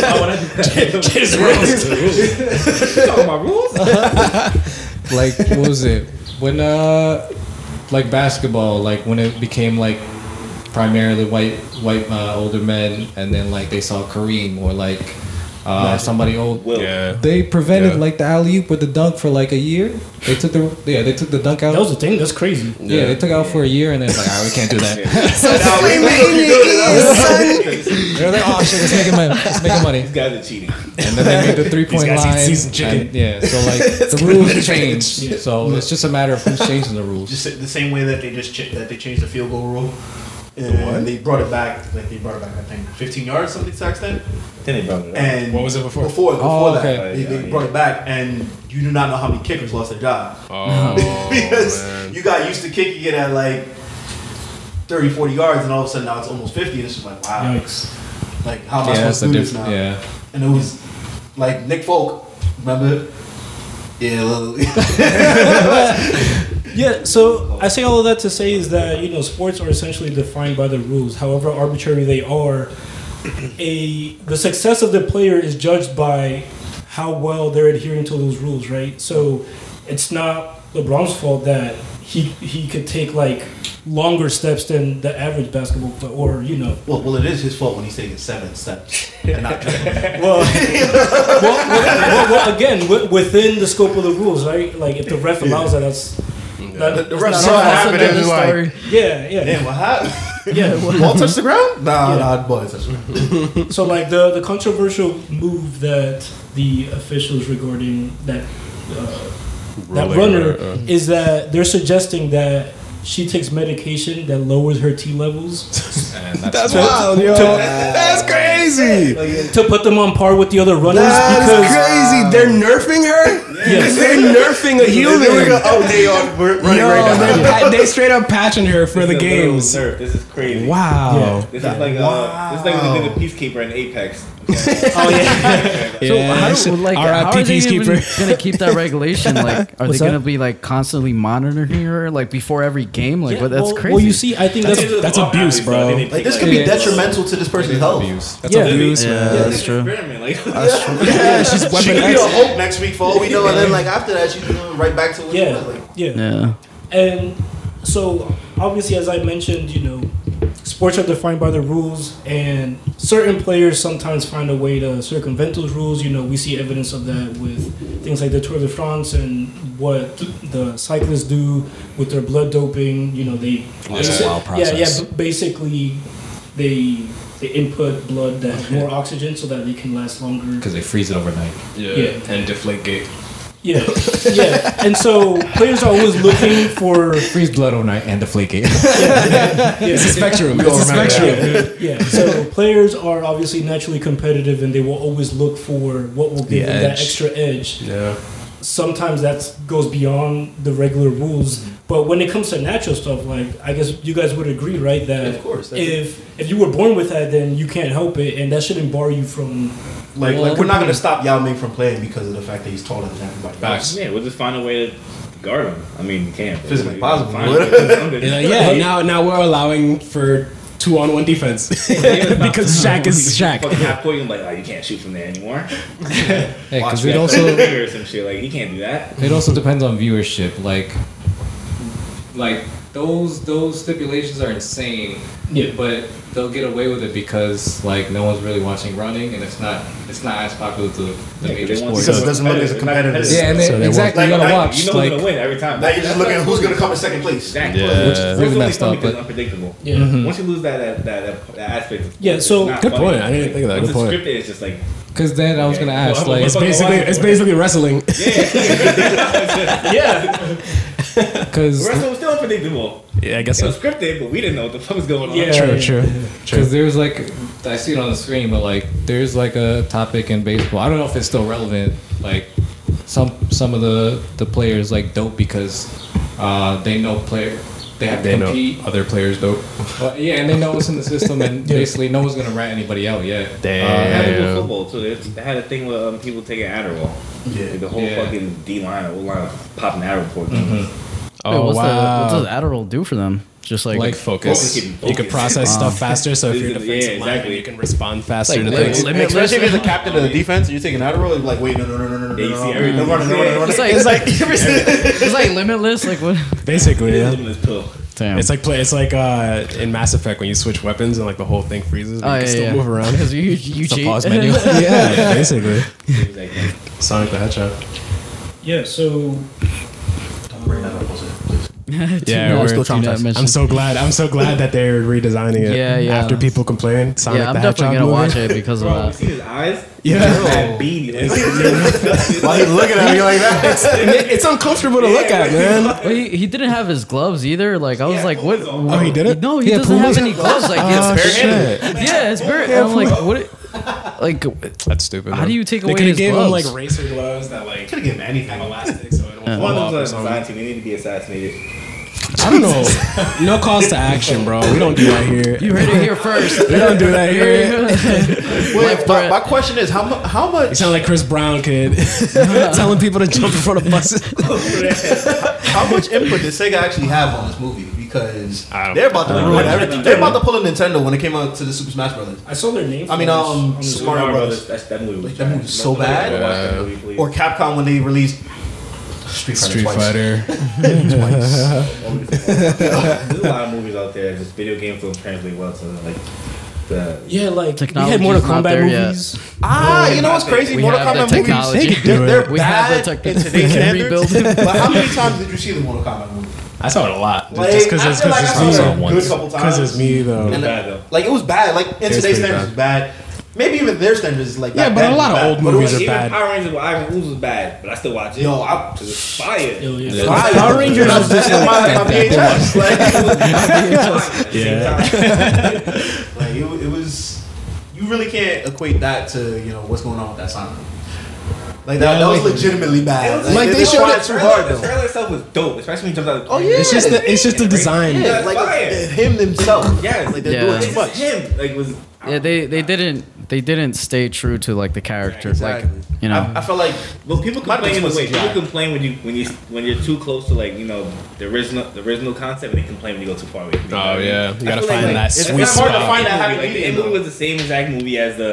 F: I want to.
H: Just rules.
F: talking about rules.
E: *laughs* like what was it when uh like basketball like when it became like primarily white white uh, older men and then like they saw Kareem or like uh somebody old
F: Will.
H: Yeah.
E: they prevented
H: Yeah.
E: like the alley oop or the dunk for like a year they took the yeah they took the dunk out
B: that was the thing. That's crazy.
E: yeah, they took it out for a year and then it's like, ah, we can't do that. They're like, oh shit, it's making money. It's making money.
F: These guys are cheating.
E: And then they made the three point
H: These guys eat
E: line.
H: seasoned chicken.
E: and- yeah, so like the rules changed. So it's just a matter of who's changing the rules.
G: Just the same way that they just ch- that they changed the field goal rule. And they brought it back. Like they brought it back. I think 15 yards, something to that extent.
F: Then they brought it up.
G: And
H: What was it before?
G: Before, before
E: Oh,
G: that,
E: okay.
G: they, they brought it back, and you do not know how many kickers lost their job
H: Oh,
G: *laughs* because you got used to kicking it at like 30, 40 yards, and all of a sudden now it's almost 50. And it's just like, wow,
B: Yikes.
G: like how am I
E: Yeah,
G: supposed
E: that's
G: to
E: the
G: do this now?
E: difference. Yeah.
G: And it was like Nick Folk, remember? Yeah, well, *laughs*
B: Yeah, so I say all of that to say is that, you know, sports are essentially defined by the rules, however arbitrary they are. A the success of the player is judged by how well they're adhering to those rules, right? So it's not LeBron's fault that he he could take like longer steps than the average basketball player or, you know,
G: well, well, it is his fault when he's taking seven steps and
E: *laughs*
G: not
B: well, well, well, well, again, wi- within the scope of the rules, right? Like if the ref allows that, that's that,
G: The ref
D: That's
G: saw it
D: another
G: happen and was like,
D: story.
B: yeah, yeah,
G: "Damn, what happened?
B: yeah.
G: Ball touched the ground? Nah,
B: Yeah.
G: nah, boy, touched the ground.
B: So like the the controversial move that the officials regarding that uh, that runner
D: uh,
B: is that they're suggesting that she takes medication that lowers her T levels
H: That's wild, yo. That's crazy.
B: to put them on par with the other runners because
H: crazy. They're nerfing her.
B: Yes.
H: They're nerfing a human.
G: Oh, they are we're running
H: Yo,
G: right now.
H: they, pa- they straight up patching her for the
F: This is a little
H: games.
F: nerf. This is crazy.
H: Wow.
F: This is like uh, this is like when they did the Peacekeeper in Apex.
B: oh yeah
D: So how, do, like, how are they even
H: peacekeeper.
D: gonna keep that regulation? Like, are
B: What's
D: they
B: that?
D: gonna be like constantly monitoring her like before every game? Like,
B: Yeah,
D: well, that's
B: well,
D: crazy.
B: Well, you see, I think that's
H: that's abuse, bro.
G: Like this could be
E: Yeah.
G: detrimental to this person's health.
E: That's
B: yeah.
H: abuse,
D: yeah,
H: man.
D: that's true.
F: *laughs* That's true.
H: Yeah, she's
G: She
H: weapon
G: could be a
H: X.
G: Hulk next week for all we know, and then like after that, she's going right back to what she was
B: yeah,
G: like.
B: yeah.
D: Yeah,
B: And so, obviously, as I mentioned, you know, sports are defined by the rules, and certain players sometimes find a way to circumvent those rules. You know, we see evidence of that with things like the Tour de France and what the cyclists do with their blood doping. You know, they
E: That's a wild
B: yeah, yeah.
E: process.
B: b- Basically, they they input blood
E: *laughs*
B: that has more oxygen so that they can last longer.
E: Because they freeze it overnight.
B: Yeah.
H: and deflate gate.
B: Yeah, yeah. And so players are always looking
E: *laughs*
B: for
E: Freeze blood all night and deflate it.
H: It's a spectrum. It's a spectrum.
G: *laughs*
B: yeah. So players are obviously naturally competitive, and they will always look for what will give
E: The
B: them that
E: edge.
B: extra edge.
H: Yeah.
B: Sometimes that goes beyond the regular rules, but when it comes to natural stuff, like I guess you guys would agree, right? That
G: Of course, that's-
B: if if you were born with that, then you can't help it, and that shouldn't bar you
G: *laughs*
B: from.
G: Like,
D: Well,
G: like we're not gonna stop Yao Ming from playing because of the fact that he's taller than everybody.
H: Facts.
G: else.
F: Yeah, we'll just find a way to guard him. I mean, you can't. but
G: Physically
F: we'll
G: possible.
F: find a way to guard him.
H: You're *laughs* like, uh, yeah, now now we're allowing for two on one defense because Shaq is Shaq.
F: Fucking half court, you're like, oh, you can't shoot from there anymore.
E: Hey, because
F: Watch
E: it
F: *laughs* that
E: also
F: or some shit like you can't do that.
E: it also depends on viewership. Like, like those those stipulations are insane.
B: Yeah.
E: But they'll get away with it because like no one's really watching running, and it's not it's not as popular to the
F: Yeah,
E: major sports.
F: they want to-
G: Because it doesn't look as competitive.
E: Yeah, and
B: So
E: then
B: they
E: exactly
G: won't-
E: you gotta
G: Like,
E: watch.
F: You know who's
E: like,
F: gonna win every time.
G: Now you're just looking at who's gonna come in second place.
F: Exactly.
I: Yeah. Which is
F: It's
E: really
F: only
E: messed
F: funny
E: up,
F: 'cause it's
E: but-
F: unpredictable.
B: Yeah.
G: Mm-hmm.
F: Once you lose that that, that, that, that aspect, of
B: Yeah,
F: it's
B: so-
F: not
H: Good
F: funny.
H: point. I didn't think of that.
F: Once
H: Good point.
F: It's scripted. It's just like
E: because then I was gonna
F: Okay.
E: ask
F: Well,
E: like
H: It's basically it's basically wrestling.
B: Yeah,
E: because
F: the rest of it was still unpredictable.
H: Yeah, I guess
F: It was scripted, but we didn't know what the fuck was going on.
B: Yeah.
H: True, true.
E: Because there's like, I see it on the screen, but like, there's like a topic in baseball. I don't know if it's still relevant. Like, some some of the the players like dope because uh, they know player they have to
H: They know
E: compete.
H: other players though.
E: But, yeah, and they know what's in the system,
H: *laughs*
E: and basically no one's gonna rat anybody out yet.
F: They had it
I: Damn.
F: with football too. They- They had a thing with um, people taking Adderall. Like, the whole
E: Yeah.
F: fucking D line, O line, was popping Adderall for them.
D: Wait,
H: Oh
D: what's
H: wow.
D: The, what does Adderall do for them? Just like,
E: Like
D: it's
E: focus.
F: Focus.
H: You can process stuff faster, so if you're
F: Yeah,
H: defensive lineman,
F: exactly.
H: you can respond faster
D: like
H: to
D: lim-
H: things.
D: limitless-
G: Especially if you're the
D: *laughs*
G: captain of the defense, you're taking Adderall. You're like, wait, no, no, no, no, no, no,
F: Yeah, you see
G: no,
F: everything.
G: no, running, no, running, running.
D: It's like it's like, *laughs* it's like limitless. Like what?
H: Basically,
F: Yeah.
H: yeah.
F: Limitless pill.
D: Damn.
H: It's like play, it's like uh, in Mass Effect when you switch weapons and like the whole thing freezes. But
D: oh
H: you
D: yeah,
H: can still
D: yeah.
H: move around.
D: because you you
I: It's a
D: cheat. *laughs*
I: pause menu.
H: yeah, basically.
F: It
H: *laughs*
F: was like, like,
H: Sonic the Hedgehog.
B: yeah. So
G: Don't bring that up, was it?
H: Yeah, we're-
I: still traumatized.
H: I'm so glad. I'm so glad that they're redesigning it.
D: Yeah, yeah.
H: After people complain, Sonic
D: yeah, I'm
H: the
D: definitely gonna
H: Hedgehog
D: watch
H: movie.
D: it because of
F: bro, you
D: that.
F: see his eyes?
H: *laughs* Yeah.
F: That beady. *laughs* Like,
G: Why you looking at me like that?
H: It- it's uncomfortable to look at, man.
D: Well, he, he didn't have his gloves either. Like I was
F: Yeah,
D: like, what?
F: Pumas
H: Oh, he did it.
D: No, he
E: Yeah,
D: doesn't have
E: Pumas.
D: any gloves. Like he
H: Oh,
D: has bare hands.
H: shit.
D: Yeah, it's bare. and I'm like, what? Like,
I: That's stupid.
D: how do you take
H: They
D: away
H: could have
D: his
H: gave
D: gloves?
H: him like racer gloves that like
F: Could give him anything.
H: have elastic, so it
F: One
H: won't fall
F: of
H: off or
F: those are
H: something.
F: designed to. They need to be assassinated.
H: I don't *laughs* know. No calls to action, bro. We don't do that here.
D: You heard it here first. *laughs*
H: we don't do that here.
G: Wait,
D: Brett.
G: my, my question is, how, mu- how
H: You
G: much
H: sound like Chris
D: *laughs*
H: Brown, kid. Telling people to jump in front of buses.
G: how much input did Sega actually have on this movie? Because
H: I don't-
G: they're about to ruin everything. They're about to pull a Nintendo when it came out to the Super Smash Brothers.
B: I saw their name.
G: I
B: flags
G: mean, um,
B: on the
G: Super
B: screen.
G: Mario Brothers.
F: That's, that movie was
G: That movie was so
F: Nobody
G: bad.
F: ever watched that movie, please.
G: Or Capcom when they released Street Fighter
E: Street
G: twice.
E: Fighter.
D: *laughs*
F: There's a lot of movies out there. Just video games don't translate well to like the.
B: Yeah, like we had
D: Technology's
B: Mortal
D: not
B: Kombat
D: there yet.
B: movies.
G: Ah, you know what's crazy?
D: We
G: Mortal
D: have the
G: Kombat movies.
D: technology.
G: They're, they're
D: We have the
G: bad
D: technology.
G: in
D: We *laughs*
G: today's
D: can
G: standards.
D: rebuild
G: but how many times did you see the Mortal Kombat movie?
H: *laughs* I saw it a lot.
G: Like,
H: Just because
G: I
H: it's,
G: feel
H: cause
G: like I
H: it's me.
G: saw it
I: saw
G: a
I: it once.
G: good couple times.
H: Because it's me, though.
G: And
F: Bad,
G: like-
F: though.
G: Like it was bad. Like in
H: was
G: today's
H: pretty
G: standards,
H: bad.
G: it's bad. Maybe even their standards, like
H: Yeah,
G: back
H: but
G: then
H: a lot
G: was
H: of
G: bad.
H: old
G: But it
H: movies
G: was
H: are
F: Even
H: bad.
F: Power Rangers with Ivan Ooze was bad, but I still watch it.
G: Yo, I-
F: 'Cause it's fire.
B: Yo, yeah.
G: Fire.
B: Power Rangers was just
G: That's my, my VHS.
F: Like,
G: *laughs* Like, like it, wa- it was. You really can't equate that to you know what's going on with that Sonic. movie. Like that, that was legitimately bad.
F: Like,
G: they, showed it too hard
F: The
G: though.
F: trailer itself was dope, especially when he jumped out. of the
G: Oh,
F: plane.
G: yeah.
H: It's just the, it's just the design.
G: Yeah,
F: That's
G: like
F: fire.
G: him himself.
F: Yes.
G: like they're
D: Yeah.
G: doing
F: It's
G: too
F: just
G: much.
F: him. Like was.
D: *laughs* Yeah, they they didn't they didn't stay true to like the character. Like you know,
G: I, I felt like
F: Well, people
G: My
F: complain.
G: bitch was
F: Wait,
G: dry.
F: people complain when you when you when you're too close to like you know the original the original concept, and they complain when you go too far away. From it.
H: Oh, yeah. You
F: I
H: gotta
F: feel like,
H: find
F: like,
H: that
F: it's
H: sweet
F: not hard to
H: spot.
F: find that happy like,
G: medium,
F: The movie
G: though.
F: was the same exact movie as the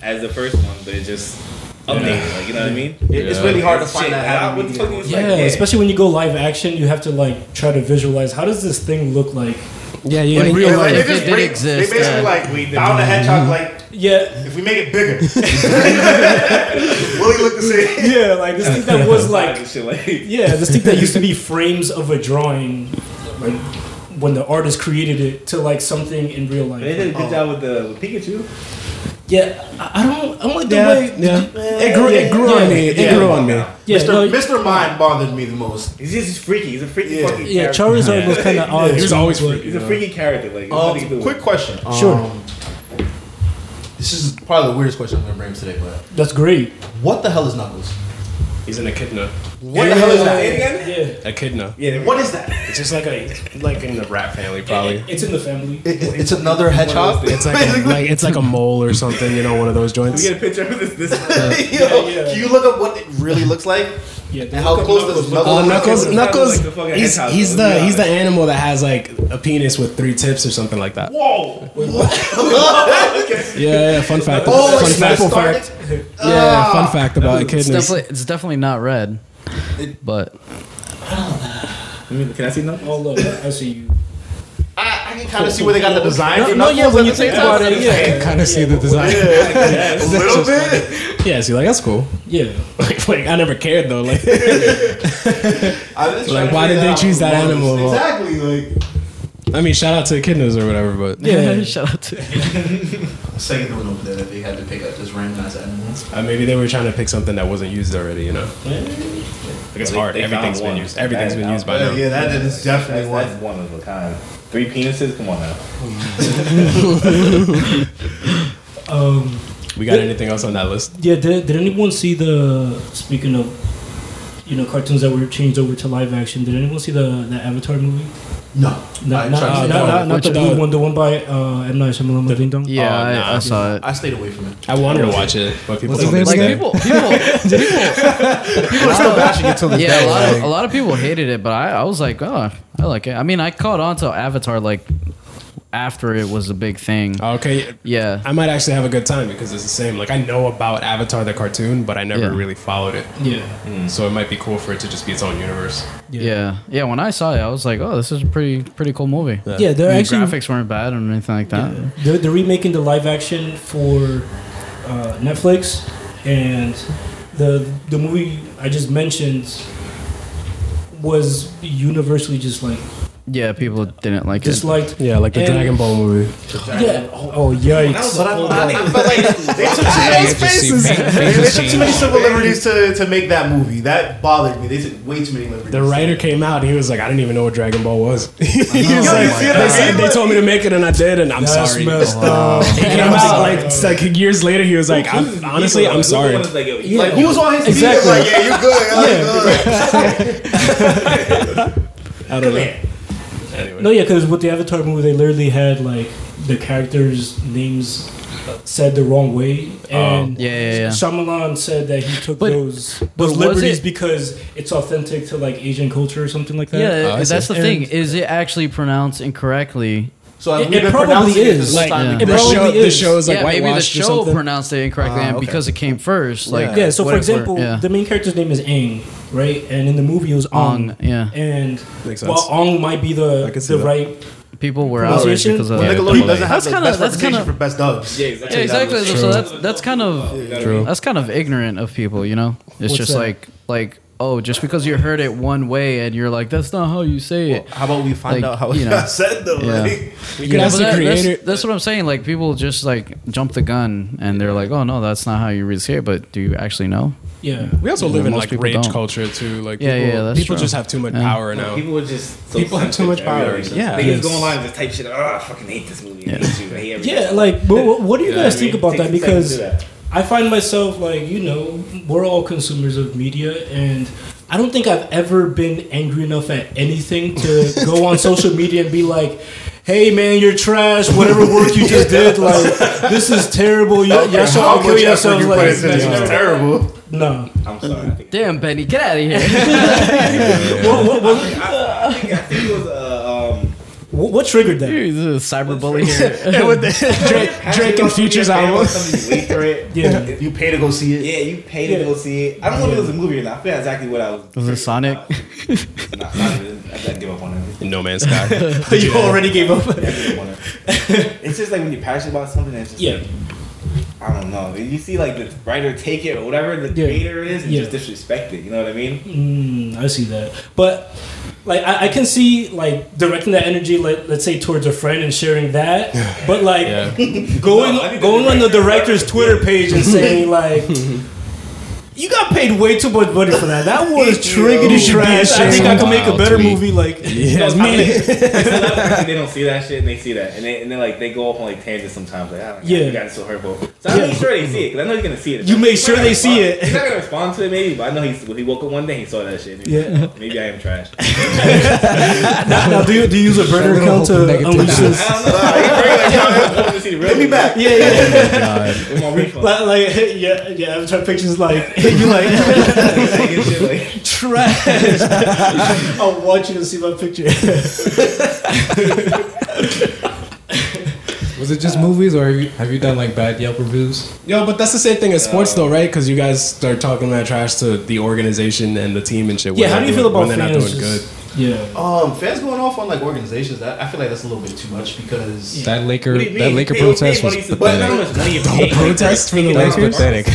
F: as the first one, but it just updated. Like you know what I mean?
G: it, it's really hard to find
F: Shit,
G: that.
F: I-
G: happy
F: What the fuck
G: medium.
F: was
B: Yeah,
F: like? Yeah.
B: especially when you go live action, you have to like try to visualize how does this thing look like.
H: Yeah, you
D: Like,
H: in real
D: yeah,
H: life.
D: like-
G: they
D: if
G: just
D: it did
G: break-
D: exist,
G: They basically
D: yeah.
G: like we found a hedgehog. Like
B: Yeah, *laughs*
G: if we make it bigger, will he look the *laughs* same?
B: yeah, like this thing that
F: *laughs*
B: was like
F: shit like.
B: yeah, this thing that used to be frames of a drawing, like when the artist created it to like something in real
F: They
B: life.
F: did a good job with the with Pikachu.
H: Yeah, I I don't. I don't like the
B: Yeah,
H: way
B: yeah.
H: it grew. It grew
B: Yeah,
H: on me. It
B: yeah.
H: grew on me.
B: Yeah,
G: Mr.
B: no,
G: Mr. Mind bothered me the most.
F: He's just freaky. He's a freaky
G: Yeah.
F: fucking
B: yeah,
F: character.
B: Charizard was kind of odd.
H: He was
B: too,
H: always
B: but-
H: freaky.
F: He's a freaky character. Like, there's
G: Um,
F: nothing to do
G: quick
F: with
G: question.
B: Sure.
G: Um, this is probably the weirdest question I'm gonna bring up today, but
B: That's great.
G: what the hell is Knuckles?
H: He's an echidna.
G: What the hell is that?
B: Yeah,
H: Echidna.
F: Yeah,
G: What is that?
H: It's just like a like in the rat family probably.
B: it's in the family.
G: It, it- it's another hedgehog.
H: It's like, a, like it's like a mole or something. You know, one of those
F: We
H: joints.
F: get a picture of this. this
G: *laughs* Yo,
B: yeah.
G: Can you look up what it really looks like?
B: *laughs* Yeah,
G: And how close does Knuckles?
H: Oh,
F: Knuckles-
H: Knuckles! Knuckles!
F: Knuckles like the fucking
H: he's,
F: hedgehog,
H: he's
F: though,
H: the
F: to be
H: he's the animal that has like a penis with three tips or something like
F: *laughs*
H: that.
F: Whoa!
H: Yeah, yeah. Fun fact.
G: Oh,
H: fun
G: it's
H: fact.
G: Knuckles
H: fact. Yeah, fun fact about
D: It's
H: echidnas.
D: definitely, it's definitely not red. But
F: I mean, can I see Knuckles?
B: Oh look, I see you.
G: I, I can kind of see where they got the design.
B: No,
G: from
B: no, yeah,
G: Knuckles
B: when
G: at
B: you
G: the
B: think
G: same
B: about
G: time.
B: it, yeah,
E: kind of see the
H: *laughs*
E: design.
G: a little bit.
H: Yeah, see, like that's cool.
B: yeah.
H: Like, like, I never cared though. Like,
G: I was
H: Like,
G: trying to
H: why did
G: figure
H: they
G: out
H: choose that
G: what it
H: animal
G: was.
H: of all-
G: Exactly. Like
H: I mean, shout out to echidnas or whatever, but
B: Yeah.
D: *laughs* shout out to
G: second one over there that they had to pick up just random ass animals.
H: uh, maybe they were trying to pick something that wasn't used already. You know, like it's
F: They-
H: hard.
F: they found
H: Everything's been
F: one.
H: used. Everything's been used by now.
G: yeah, that is definitely
F: That's,
G: one.
F: that's one of a kind. Three penises? Come on now.
B: Um,
H: We got anything else on that list?
B: yeah. Did, did anyone see the? Speaking of, you know, cartoons that were changed over to live action. Did anyone see the the Avatar movie?
G: No,
B: Not,
G: I
B: not,
G: tried
B: not,
G: to-
B: not, not,
H: Which
B: the blue
H: one?
B: one, the one by uh, M Night Shyamalan, Ding Dong.
D: Yeah,
H: Oh,
D: I,
H: nah.
D: I saw it.
G: I stayed away from it.
H: I wanted to watch it, but people
E: What's
H: told me
E: his
H: to
D: Like
E: name?
H: stay.
D: people, people,
E: People are still bashing it till this
D: yeah,
E: day.
D: a lot, of, a
E: like,
D: lot of people hated it, but I, I was like, oh, I like it. I mean, I caught on to Avatar like after it was a big thing.
H: Uh, Okay,
D: Yeah,
H: I might actually have a good time because it's the same. Like I know about Avatar the cartoon, but I never
D: Yeah.
H: really followed it.
B: Yeah.
H: So it might be cool for it to just be its own universe.
D: yeah, yeah, When I saw it, I was like, oh, this is a pretty, pretty cool movie.
B: Yeah,
D: The
B: they're actually
D: graphics weren't bad or anything like that.
B: they're, they're remaking the live action for uh, Netflix, and the the movie I just mentioned was universally just like
D: Yeah, people didn't like it.
B: disliked.
H: Yeah, like
B: the And- Dragon
H: Ball movie.
B: Yeah. Oh, yikes.
G: But I, I felt like they took
E: you just see faces
G: They, they took
E: change.
G: too many civil liberties to, to make that movie. That bothered me. They took way too many liberties.
H: The writer came out and he was like, I didn't even know what Dragon Ball *laughs* was. He was like,
G: see what I
H: they, said,
G: mean?
H: they told me to make it and I did, and I'm
B: That's
H: sorry.
B: messed up.
H: He came out like, it's like years later, he was like, I'm, honestly, I'm sorry.
F: Like, yo,
G: Like
F: like,
G: he was on his
B: Exactly.
G: feet. Like yeah, you're good. I like, uh,
H: I don't know. Anyway.
B: No, yeah, because with the Avatar movie, they literally had like the characters' names said the wrong way, and
D: Oh. Yeah, yeah, yeah.
B: Shyamalan said that he took
D: But-
B: those
D: but
B: those
D: was
B: liberties
D: it-
B: because it's authentic to like Asian culture or something like that.
D: yeah,
H: Oh, I see.
D: that's the
B: And-
D: thing. Is it actually pronounced incorrectly?
G: So
B: It-
G: we've
B: it
G: been
B: probably
G: pronouncing it
B: is,
G: this
H: like,
G: time
D: yeah.
H: the,
B: It
G: because-
H: show,
B: probably
H: the
B: is.
H: show's like
D: yeah, maybe the
H: whitewashed or
D: show
H: something.
D: pronounced it incorrectly
E: Ah,
D: and
E: okay.
D: because it came first. Like,
B: Yeah, so
D: what
B: for
D: if we're-
B: example,
D: yeah.
B: the main character's name is Aang, right? And in the movie, it was Ong.
D: Ong, yeah.
B: And
H: Makes
B: while
H: sense.
B: Ong might be the,
H: I can see
B: the
H: that.
B: right,
D: people were outraged
B: Pronunciation?
D: because of
H: Yeah.
D: yeah,
G: Nickelodeon doesn't have
D: That's
G: the
D: kinda-
G: best
D: that's
G: representation
D: kinda-
G: for best dubs.
F: yeah, exactly.
D: exactly.
F: That was
D: So that's that's kind of
H: True.
D: that's kind of ignorant of people, you know. It's
B: What's
D: just
B: that?
D: like like oh, just because you heard it one way and you're like that's not how you say it.
G: How about we find
D: Like,
G: out how
D: you
G: it
D: know.
G: got said though?
D: Yeah.
G: Like,
H: You could
D: Yeah, but
H: ask the
D: that- that's-
H: creator.
D: That's, what I'm saying. Like people just like jump the gun and they're like, oh no, that's not how you really say it. But do you actually know?
B: yeah.
H: We also
D: Yeah,
H: live in
D: most
H: like
D: people
H: rage
D: don't.
H: culture too. Like
D: Yeah,
H: people,
D: yeah, that's
H: people
D: true.
H: just have too much
D: Yeah.
H: power now.
F: People are just so
H: People have too much
F: sensitive to
H: power.
F: everything.
H: Yeah.
F: They
H: Yes.
F: just go online and just type shit. Oh, I fucking hate this movie. I hate you. I hate everything.
B: Yeah, like, but what, what do you
H: Yeah,
B: guys
H: I
B: think
F: mean,
B: about
F: take
B: that?
F: a second to
B: Because
F: do that.
B: I find myself like, you know, we're all consumers of media, and I don't think I've ever been angry enough at anything to go on social media and be like, "Hey, man, you're trash. Whatever work you just did, like, this is terrible. You, y'all should all kill yourselves." Like,
G: terrible.
B: no.
F: I'm sorry. I think,
D: Damn, Benny, get out of here.
B: What, what, what,
F: I, I think, I think it was uh, um,
B: what, what triggered that?
D: *laughs* He's a cyberbully here.
H: Drake, Drake and Future's
D: *laughs*
H: albums.
F: Something you wait for it.
B: Yeah.
G: You pay to go see it.
F: Yeah, you pay to go see it. I don't know if it was a movie or not. I forgot exactly what I was.
D: Was it Sonic?
F: Nah, not even. I I give up on it.
H: *laughs* No Man's Sky.
B: you already gave up.
F: I give up on it. It's just like when you're passionate about something, it's just
B: Yeah.
F: like, I don't know. You see like the writer take it or whatever the
B: Yeah.
F: creator is and
B: Yeah.
F: just disrespect it. You know what I mean?
B: Mm, I see that, but like I, I can see like directing that energy, like let's say towards a friend and sharing that, but like
H: Yeah.
B: *laughs* going going on the director's Twitter page and saying like. You got paid way too much money for that. That was triggity trash. I think I can make a
D: Wow,
B: better
D: tweet.
B: movie. Like,
H: *laughs* *laughs* Yes,
B: man.
F: Like, they don't see that shit and they see that and they and they like they go off on like tangents sometimes like I don't know,
B: Yeah.
F: you got it so hurtful so I
B: Yeah.
F: make sure they see it because I know he's gonna see it
B: You
F: He
B: make
F: might
B: sure
F: not
B: they see
F: respond-
B: it.
F: he's not gonna respond to it maybe but I know he's when he woke up one day he saw that shit and he's like,
B: Yeah.
F: "Oh, maybe I am trash
B: now, now, do you do you use a burner
E: little
B: account to
E: negative.
B: unleash this?
F: *laughs* I don't know *laughs* I want to see the real me back
B: Yeah, yeah.
F: with my
B: *laughs*
F: refund
B: Like, like yeah, yeah. Avatar pictures like *laughs* you like
F: Saying
B: *laughs*
F: shit like
B: trash. I want you to see my picture. *laughs*
E: *laughs* Was it just movies, or have you, have you done like bad Yelp reviews?
H: Yo, but that's the same thing as sports, though, right? Because you guys start talking that trash to the organization and the team and shit. when
B: Yeah, how do
H: they're
B: you feel
H: doing-
B: about
H: when they're
B: fans?
H: not doing good?
B: just- Yeah,
G: Um, fans going off on like organizations. That, I feel like that's a little bit too much because
E: That Laker
F: What do you mean?
E: that Laker
F: Hey, who paid
E: protest was
F: money to- but
E: pathetic.
F: not how much money you
H: The
F: paid, like,
H: protest for the
E: That was
H: Lakers.
E: pathetic.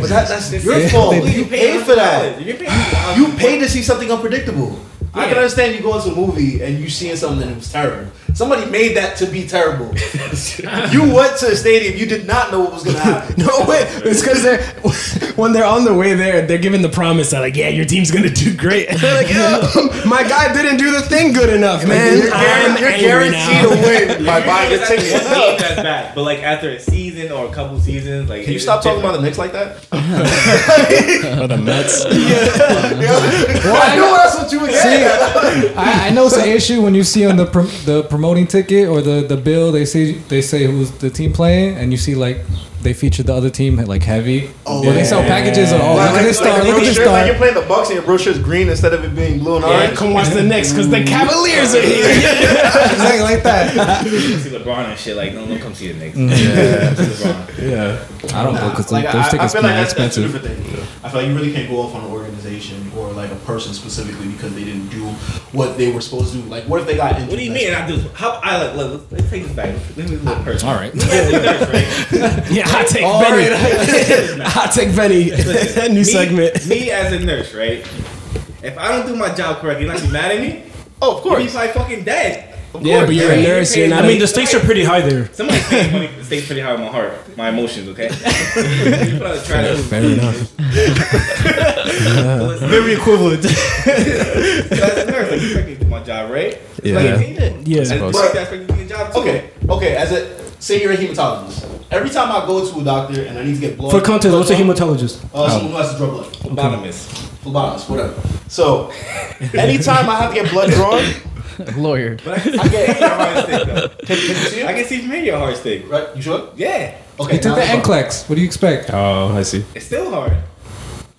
G: but that, that's your
E: Yeah.
G: fault.
E: They-
G: You paid for that.
F: You paid $100.
G: You paid to see something unpredictable. I can understand you going to a movie and you seeing something that was terrible. Somebody made that to be terrible. *laughs* you went to a stadium. You did not know what was going to
H: *laughs*
G: happen.
H: No way. It's because they're when they're on their way there, they're given the promise that like, yeah, your team's gonna do great. And *laughs* they're like, "Yeah, *laughs* my guy didn't do the thing good enough, man.
G: you're
H: I'm
G: guaranteed, you're
H: angry now."
G: guaranteed to win by buying a
F: It's like
G: ticket.
F: one game that's bad, but like after a season or a couple seasons, like
G: Can you stop talking about the Knicks like *laughs* that?
H: Oh, the Mets.
G: I know that's what you would say.
E: I, I know it's an issue when you see on the prom- the promoting ticket or the, the bill they say they say who's the team playing and you see like they feature the other team like heavy.
G: Oh,
E: Well, they sell packages and all.
G: Like,
E: look at
G: like,
E: this star.
G: like,
E: Look at this
G: brochure's Like you're
E: star.
G: playing the Bucks and your brochure's green instead of it being blue and
H: Yeah,
G: orange.
H: come watch the Knicks because the Cavaliers are here.
E: Exactly like that.
G: *laughs*
F: You see LeBron and shit, like, no, don't come see the Knicks.
H: Mm-hmm.
F: Yeah. see LeBron.
H: Yeah,
E: I don't know because
G: Like,
E: those
G: I, I
E: tickets
G: feel
E: are
G: like that's, that's a
E: expensive.
G: different thing. I feel like you really can't go off on an organization or like a person specifically because they didn't do what they were supposed to do. Like, what if they got injured?
F: What do you
G: last
F: mean? I do. How I like? Look, let's, let's take this back. This is a little personal.
E: All right.
H: *laughs* yeah. I take
E: All
H: Benny. *laughs*
F: Listen,
H: I take Benny. New
F: me-
H: segment.
F: Me as a nurse, right? If I don't do my job correctly, you're not gonna be mad at me.
G: Oh, of
F: You'd be
G: course.
F: like fucking dead.
H: Yeah, but you're a
F: Right.
H: nurse. You're
F: I
H: not.
B: I mean the stakes are pretty high there.
F: Somebody paid money to stay pretty high in my heart, my emotions.
H: *laughs*
F: Okay. you put out a trash move.
H: fair enough.
F: So listen,
B: Very equivalent.
F: so as a nurse, like, you expect me to do my job, right?
H: Yeah.
F: Like, you did.
B: Yeah.
F: As a
G: Suppose.
F: doctor, I expect you to do your job too.
G: Okay, okay. As a say you're a hematologist. Every time I go to a doctor and I need to get blood
B: For context,
G: blood
B: what's a Oh.
G: drawn,
B: hematologist?
G: Uh, someone who has to draw blood.
F: Lobotomist.
G: Phlebotomist, whatever. So, anytime I have to get blood drawn, *laughs*
D: Lawyer.
F: But I can see from your heart stick, though.
G: can, can you see
F: I
G: it?
F: can see from here your heart stick.
G: Right? You sure?
F: Yeah,
G: Okay.
E: They took the
G: now it's fine.
E: NCLEX. What do you expect?
H: Oh, I see.
F: it's still hard.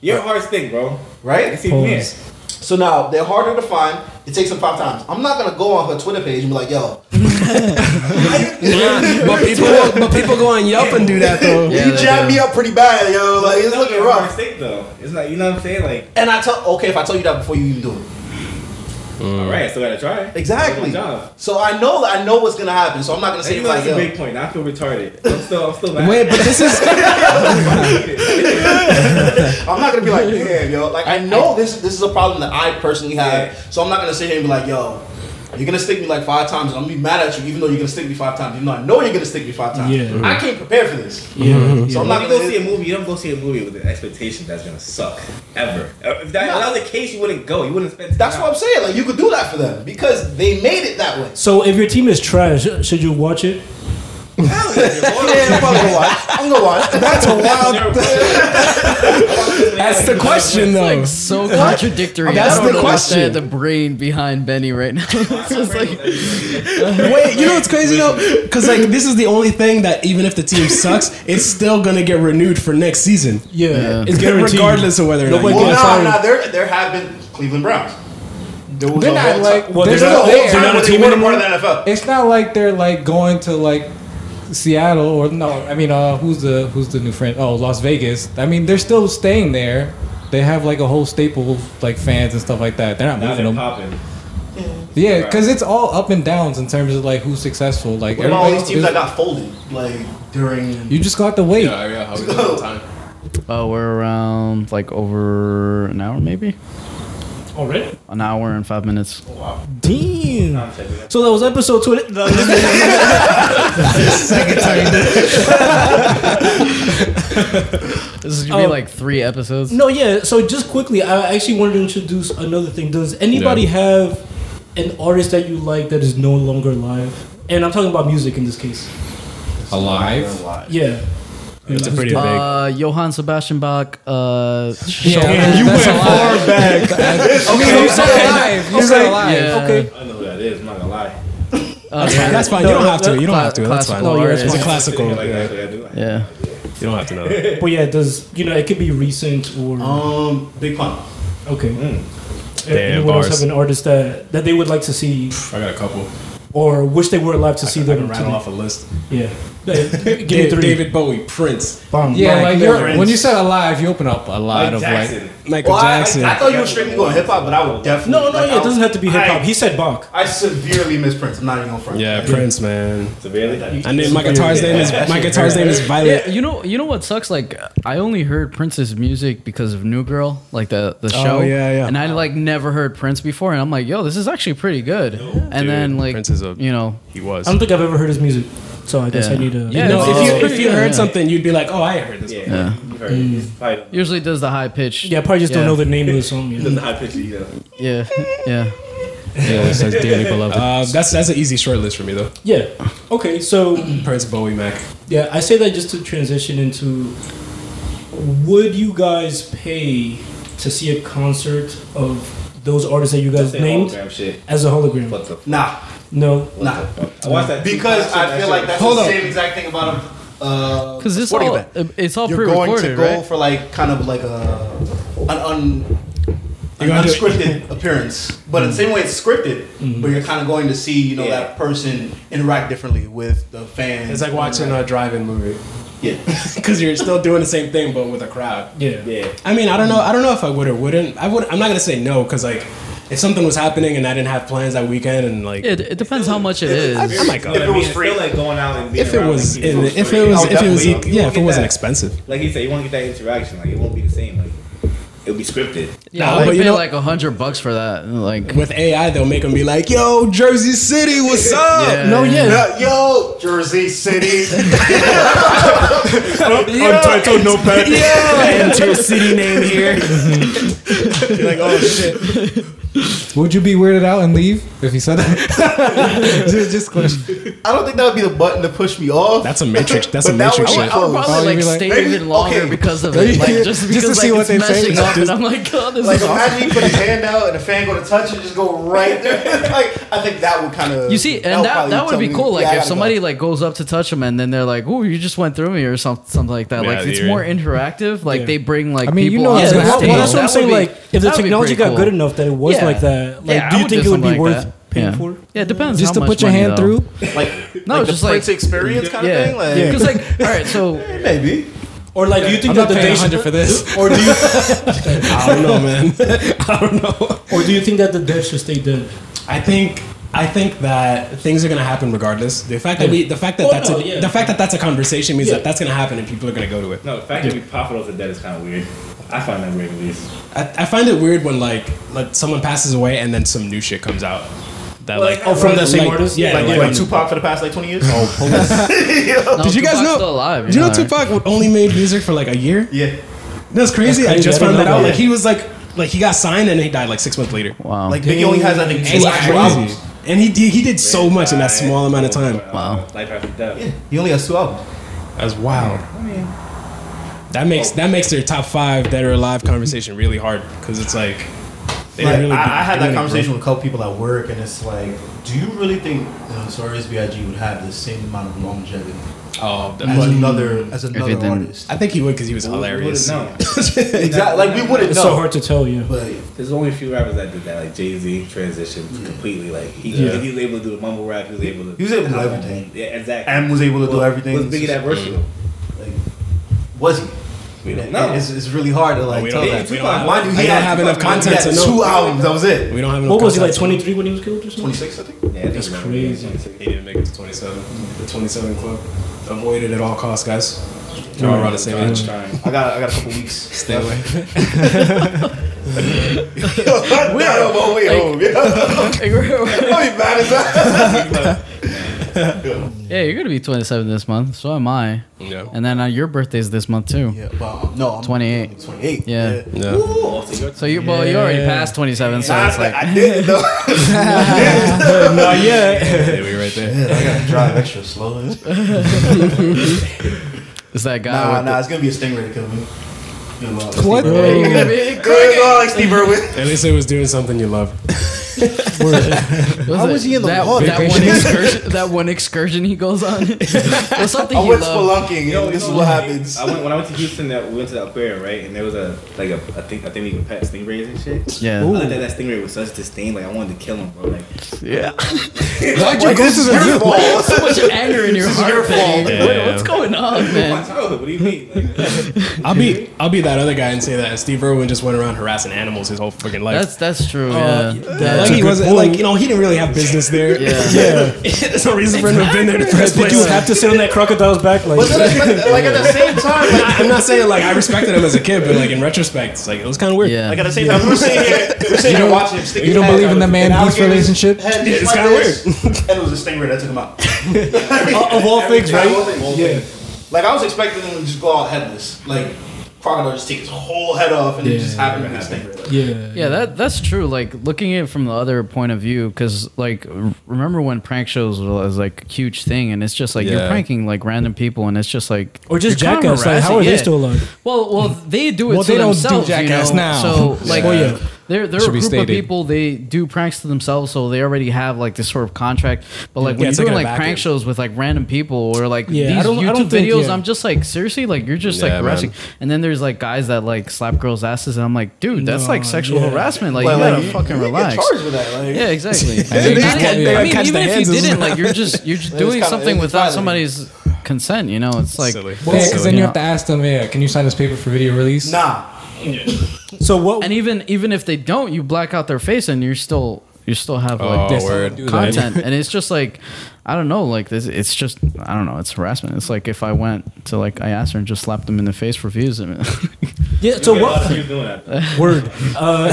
F: Your heart stick, bro. I can
G: Right?
F: see from here.
B: Pause.
G: So now they're harder to find. It takes them five times. I'm not gonna go on her Twitter page and be
H: *laughs*
G: like, yo,
H: But people, but people go on Yelp and do that though.
D: Yeah,
G: you
D: they
G: jabbed
D: do.
G: me up pretty bad, yo. Like it's
F: It's not
G: looking
F: your heart
G: rough.
F: stick though. It's like you know what I'm saying. Like,
G: And I tell okay, if I tell you that before you even do it.
F: all right, I still gotta try.
G: Exactly.
F: Good job.
G: So I know I know what's gonna happen. So I'm not gonna
F: Hey,
G: say
F: you
G: it's
F: know,
G: like
F: that's a
G: yo.
F: big point. I feel retarded. I'm still, I'm still mad.
E: Wait, but this is
G: I'm not gonna be like, damn, yo. Like I know this this is a problem that I personally have.
F: Yeah.
G: So I'm not gonna sit here and be like, yo, you're gonna stick me like five times, and I'm gonna be mad at you, even though you're gonna stick me five times. Even though I know you're gonna stick me five times.
B: Yeah.
G: I can't prepare for this.
B: Yeah,
G: So I'm
F: When
G: not
F: you
G: gonna
F: go see a movie, you don't go see a movie with an expectation that's gonna suck ever. If that, if that was the case, you wouldn't go. You wouldn't spend.
G: That's
F: time.
G: what I'm saying. Like you could do that for them because they made it that way.
B: So if your team is trash, should you watch it?
G: yeah, I'm probably gonna watch. I'm gonna watch.
H: That's a wild.
G: *laughs*
H: That's the question though.
D: Like so contradictory.
H: That's
D: I don't
H: the
D: know
H: question.
D: What's the brain behind Benny right now? *laughs* it's just like
H: Wait, you know what's crazy though? Because like this is the only thing that even if the team sucks, it's still gonna get renewed for next season.
B: Yeah,
H: It's regardless of whether or not.
B: Nobody
H: you
B: gets
H: get
B: fired.
G: Well, no, Oh, no, there there have been Cleveland Browns. There was
E: They're
G: a
E: not
G: whole
E: like-
G: time-
B: Well,
E: There's
B: they're
E: no
B: not,
E: whole
B: they're
G: time
B: not
G: where
B: a
G: they
B: team
G: weren't
B: anymore.
G: part of the NFL.
E: it's not like they're like going to like Seattle or no, I mean uh who's the who's the new friend? Oh, Las Vegas. I mean, they're still staying there. They have like a whole staple of like fans and stuff like that. They're not
F: Now
E: moving
F: they're
E: them.
F: popping.
E: Yeah, cuz it's all up and downs in terms of like who's successful. Like
G: What about all
E: everybody
G: these teams that
E: there's-
G: got folded like during?
E: you just got to wait.
H: yeah, how
G: all the time.
D: oh, we're around like over an hour maybe.
B: Already?
D: An hour and five minutes.
B: Damn. So that was episode 20. that was-
D: This is gonna be
B: Oh.
D: like three episodes.
B: no, yeah. So just quickly, I actually wanted to introduce another thing. Does anybody
F: Yeah.
B: have an artist that you like that is no longer alive? And I'm talking about music in this case.
E: Alive.
B: Yeah.
H: It's a pretty big.
D: Uh, Johann Sebastian Bach. Uh,
E: Damn, you went far back. okay, you said alive. You said alive.
D: yeah.
B: Okay.
F: I know who that is. I'm not gonna lie.
D: Uh,
H: Yeah, that's fine. You don't have to. You don't
D: Cla-
H: have to. That's fine.
D: classical
B: Oh, yeah, that's
H: It's a
B: fine.
H: classical.
F: Like,
H: yeah.
F: actually, I do. like-
D: Yeah.
H: You don't have to know. That.
B: But yeah, does, you know, it could be recent or.
G: Um, Big Pun.
B: okay.
H: Damn,
B: Anyone else
H: bars.
B: have an artist that, that they would like to see
H: I got a couple.
B: or wish they were alive to
H: I
B: see
H: can, I
B: them?
H: can rattle
B: today?
H: off a list.
B: Yeah. Give me
H: David,
B: three.
H: David Bowie, Prince,
B: Bomb.
E: Yeah,
H: Mike
E: like you're,
H: Lawrence.
E: when you said alive, you open up a lot
F: Like
E: of
F: Jackson.
E: like.
H: Michael
G: Well, I,
H: Jackson.
G: I, I thought you were strictly going hip hop, but I would definitely.
B: No, no,
G: like,
B: yeah,
G: I
B: it doesn't have to be hip hop.
G: I-
B: He said Bach.
G: I severely miss Prince. I'm not even gonna front.
H: yeah, Prince, man.
F: Severely?
H: I named my guitar's name is my guitar's name is Violet.
D: Yeah, you know, you know what sucks? Like, I only heard Prince's music because of New Girl, like the the
H: Oh,
D: show.
H: yeah, yeah.
D: And I like never heard Prince before, and I'm like, yo, this is actually pretty good. and then
H: Dude,
D: like,
H: Prince is a-
D: you know,
H: He was.
B: I don't think I've ever heard his music, so I guess I
D: Yeah.
B: need to.
D: Yeah.
H: No,
D: Oh.
H: if you
D: It's
H: if you
D: pretty
H: heard
D: good.
H: something, you'd be like, oh, I heard this.
F: Yeah.
H: Yeah.
D: Yeah.
F: You've heard it.
H: Hmm.
F: He's probably
D: usually does the high pitch.
B: Yeah, I probably just don't
D: Yeah.
B: know the name of the song. yeah.
H: *laughs*
F: doesn't high pitch either.
D: Yeah, yeah.
E: Yeah, it says Danny Beloved.
H: Uh, that's that's an easy short list for me though.
B: Yeah. Okay, so
H: Prince, Bowie, Mac.
B: yeah, I say that just to transition into. Would you guys pay to see a concert of those artists that you guys
F: Say
B: named
F: hologram shit.
B: as a hologram?
F: What the f-
G: Nah,
B: No.
G: nah.
F: I watched that
G: Because I feel like that's
E: Hold
G: the
E: on.
G: same exact thing about him. Uh,
D: Because this
G: sporting
D: all
G: event.
D: it's all
G: you're going to
D: pre-recorded,
G: go
D: right?
G: for like kind of like a an un. An
H: You're gonna do-
G: unscripted *laughs* appearance, but
D: Mm.
G: in the same way it's scripted,
D: Mm-hmm.
G: but you're kind of going to see you know
F: Yeah.
G: that person interact differently with the fans.
H: It's like watching a drive-in movie *laughs*
G: yeah,
H: because you're still doing the same thing but with a crowd.
B: Yeah.
F: Yeah.
H: I mean, I don't know. I don't know if I would or wouldn't. I would. I'm not gonna say no because like, if something was happening and I didn't have plans that weekend and like,
D: It, it depends how much it is.
H: I might go.
F: If it was
G: free.
F: free, like going out and being
H: if it
F: around
H: was,
F: like
H: in,
F: people.
H: if it was, if it was,
F: definitely.
H: e- yeah, if it
F: You won't get
H: wasn't
F: that.
H: expensive.
F: like he said, you want to get that interaction. Like it won't be the same. Like it'll be scripted.
D: Yeah,
H: Nah,
D: I would
H: but you
D: pay
H: know-
D: like a hundred bucks for that. Like,
H: With AI, they'll make them be like, "Yo, Jersey City, what's up?"
D: yeah,
B: No, yeah.
G: yo, Jersey City.
B: Untitled Notepad.
H: *laughs* Yeah, enter city
F: *laughs*
H: name here. You're like, *laughs* oh shit.
E: Would you be weirded out and leave if he said that? *laughs* just, just question.
G: I don't think that would be the button to push me
D: *laughs*
G: off.
H: That's a matrix. That's
G: But
H: a
G: that
H: matrix
G: was-
H: shit.
D: I would
E: Oh,
D: probably
E: you'd
D: like
E: be like,
D: stay
G: maybe-
D: even longer
G: okay.
D: because of it. Like, *laughs* just because
E: Just to
D: like,
E: see what
D: it's
E: they say.
D: meshing up, and I'm like, God, this
G: Like
D: is
G: imagine you put his hand out and a fan go to touch it, just go right there. *laughs* like I think that would kind of.
D: You see, and that, that would be cool. Like if somebody like goes up to touch them, and then they're like, "Ooh, you just went through me," or something, something like that.
H: Yeah,
D: like it's
H: you're-
D: more interactive. Like
B: Yeah.
D: they bring like
E: I mean, you
D: people.
E: know
D: on
E: it's
B: Yeah,
E: gonna
B: well,
D: the
E: happen.
D: stage.
B: well, that's what I'm
D: That
B: saying.
D: would be-
B: like, if the
D: that would be
B: technology
D: pretty
B: got
D: cool.
B: good enough that it was
D: Yeah.
B: like that, like,
D: Yeah,
B: do
D: I
B: you
D: would
B: think
D: do
B: it would be
D: something like
B: worth
D: that.
B: paying
D: Yeah.
B: for?
D: Yeah, it depends.
E: Just
D: how
E: to
D: much
E: put your
D: money,
E: hand
D: though.
E: through?
G: like
D: No,
G: like
D: it's just
G: the
D: like-
G: Prince experience kind
D: Yeah,
G: of thing. Like
D: because like, all right, so
G: maybe.
B: Or like, do you think
E: I'm
B: that
E: not
B: the
E: paying
B: day
E: 100
B: should,
E: for this.
B: or do you,
H: *laughs* I don't know, man. I don't know.
B: or do you think that the dead should stay dead?
H: I think I think that things are gonna happen regardless. The fact that we the fact that
B: Oh,
H: that's
B: no,
H: a,
B: yeah.
H: the fact that that's a conversation means
B: Yeah.
H: that that's gonna happen and people are gonna go to it.
F: No, the fact that we pop it off the dead is kind of weird. I find that weird at least.
H: I, I find it weird when like like someone passes away and then some new shit comes out. That like
B: oh, from the same
H: like,
B: artist?
H: Yeah,
G: like,
H: like,
G: yeah, like Tupac for the past like twenty years. Oh,
D: no,
H: Did you guys
D: Tupac's
H: know-
D: Still alive?
H: Do you know
D: right? *laughs*
H: Tupac would only made music for like a year?
G: yeah.
H: That's crazy.
B: That's
H: I
B: crazy.
H: just
B: I
H: found
B: didn't
H: that
B: know
H: out.
B: that.
H: Like he was like like he got signed and he died like six months later.
D: Wow.
G: Like Biggie only has I think
H: And
G: two
H: it's
G: actual
H: crazy.
G: albums.
H: And he did, he did so much in that
F: Right.
H: small amount of time.
D: Wow.
F: Life after death.
G: He only has two albums.
H: That's wild. That makes that makes their top five that are alive conversation really hard because it's like they
G: Like,
H: really.
G: I, I had
H: they
G: that
H: really-
G: conversation with a couple people at work, and it's like, do you really think Notorious B.I.G. would have the same amount of longevity
H: Oh, the-
G: as another as another
D: didn't-
G: artist?
H: I think he would because he was hilarious.
F: Hilarious.
H: *laughs*
F: No,
G: Exactly. Like we wouldn't
B: It's
G: know.
B: so hard to tell, yeah.
G: But
F: there's only a few rappers that did that. Like Jay Z transitioned completely. Like he,
B: Yeah.
F: he was able to do the mumble rap. He was able to.
G: He was able to do
F: Yeah,
G: everything.
F: Yeah, exactly.
G: M was able to do everything.
F: Was Biggie that versatile?
G: Like, was he?
F: We don't
G: No,
F: know.
G: it's, it's really hard to like
H: we
G: tell
H: don't-
G: that.
H: we don't have-
G: Mind you,
H: I
G: he
H: don't
G: had,
H: have enough
G: mind you,
H: content
G: he
H: to
G: had
H: know.
G: Two albums. That was it.
H: We don't have enough.
B: What was he like
H: context.
B: 23 when he was killed or something?
G: Twenty-six, I *laughs* think.
F: Yeah, I think
B: That's
F: he was
B: crazy.
F: around 26.
H: He didn't make it to 27. The 27 club. Avoid it at all costs, guys. We're all around the same age.
G: I got I got a couple weeks.
H: Stay away.
G: we are on *laughs* my way home. Yeah. *laughs* I'll
H: *laughs*
G: be mad as hell.
D: yeah, you're gonna be 27 this month. So am I.
H: Yeah.
D: And then uh, your birthday's this month too.
G: Yeah, but um, no, I'm
D: 28.
G: 28.
D: Yeah.
H: Yeah.
G: Ooh, I'll take it.
D: So you well, you already passed 27. So
G: Nah,
D: it's like
G: I did *laughs* it though.
B: Not yet.
H: Yeah, we were right there.
G: *laughs* I gotta drive extra *laughs* slow.
D: it's that guy.
G: Nah,
D: with
G: nah, it's gonna be a stingray to kill me. Good luck.
E: What?
G: Steve Irwin.
D: the- *laughs* It's gonna
G: Good luck, Steve Irwin.
H: At least it was doing something you love.
D: be- was it
E: was he in the
D: that,
E: water?
D: that *laughs* one excursion? That one excursion he goes on. *laughs* Well, something
G: I
D: he
G: went
D: loved.
G: spelunking,
F: Yo,
G: and this
F: you
G: is
F: know
G: what happens.
F: I went, when I went to Houston, that we went to the aquarium, right? And there was a like a I think I think we could pet stingrays and shit.
D: Yeah.
F: I looked at that stingray with such disdain, like I wanted to kill him, bro. Like
D: Yeah.
E: Why'd you go to the zoo? *laughs*
D: so much anger in your heart. man.
H: fault.
D: What- what's going on,
F: my
D: man?
F: childhood. What do you mean? Like,
H: I'll be I'll be that other guy and say that Steve Irwin just went around harassing animals his whole freaking life.
D: That's that's true. Uh, yeah.
H: like he wasn't like you know he didn't really have business there. *laughs*
D: Yeah.
B: Yeah.
H: There's no reason for him to have been there in the first
B: Did
H: place.
B: you have to sit on that crocodile's back? Like,
G: like at the same time, like,
H: I, am not saying like I respected him as a kid, but like in retrospect, it's like it was kind of weird.
D: yeah.
G: like at the same *laughs* time, we were sitting here, we were sitting here watching him.
E: You don't believe in the man beast
F: *laughs*
E: relationship?
G: Head,
H: It's
G: just like
H: kinda
G: this, *laughs* And it was a stingray that took him *laughs* out.
B: of all things,
G: Every
B: right?
G: time, all things. Like I was expecting him to just go out headless, like crocodile just take his whole head off, and it just happened to be a stingray. Like,
B: Yeah.
D: Yeah, that that's true. Like looking at it from the other point of view, because like r- remember when prank shows was like a huge thing, and it's just like you're
H: Yeah.
D: pranking like random people, and it's just like
B: Or just
D: you're kinda
B: jackass. Like, how are
D: harassing-
B: they
D: yeah.
B: still alive?
D: Well, well, they do it
E: Well,
D: to
E: they don't do
D: themselves. you
E: jackass
D: know?
E: now.
D: So like,
B: Well, yeah.
D: they're they're a
E: Should be
D: group of
E: stated.
D: people. They do pranks to themselves, so they already have like this sort of contract. But like when
H: Yeah,
D: you're
H: it's
D: doing
H: like
D: like
H: in a
D: prank
H: vacuum.
D: shows with like random people or like
B: Yeah, I
D: these
B: don't- I
D: YouTube
B: don't think-
D: videos,
B: yeah.
D: I'm just like seriously, like you're just
H: Yeah,
D: like harassing.
H: man.
D: And then there's like guys that like slap girls' asses, and I'm like, dude, that's
B: No,
D: like sexual
B: yeah.
D: harassment. Like,
G: Like,
D: you gotta
G: you-
D: fucking
G: you get
D: relax.
G: charged with that, like-
D: Yeah, exactly.
E: they just
D: I
E: get-
D: mean,
E: they
D: I mean,
E: catch
D: even
E: the
D: if you
E: hands.
D: didn't, like you're just you're just doing
G: kinda-
D: something
G: it's
D: without
G: violating.
D: somebody's consent. You know, it's like
H: Silly.
E: Well, because then you
D: Yeah.
E: have to ask them, yeah, can you sign this paper for video release?
G: Nah,
B: So what?
D: and even even if they don't, you black out their face, and you're still you still have like
E: Yes,
H: oh,
E: I
H: word.
E: do that.
D: content, and it's just like I don't know, like this. It's just I don't know. It's harassment. It's like if I went to like I asked her and just slapped them in the face for views. *laughs* I mean,
B: Yeah. So
F: a lot of
B: what?
F: people doing that.
B: Word. Uh,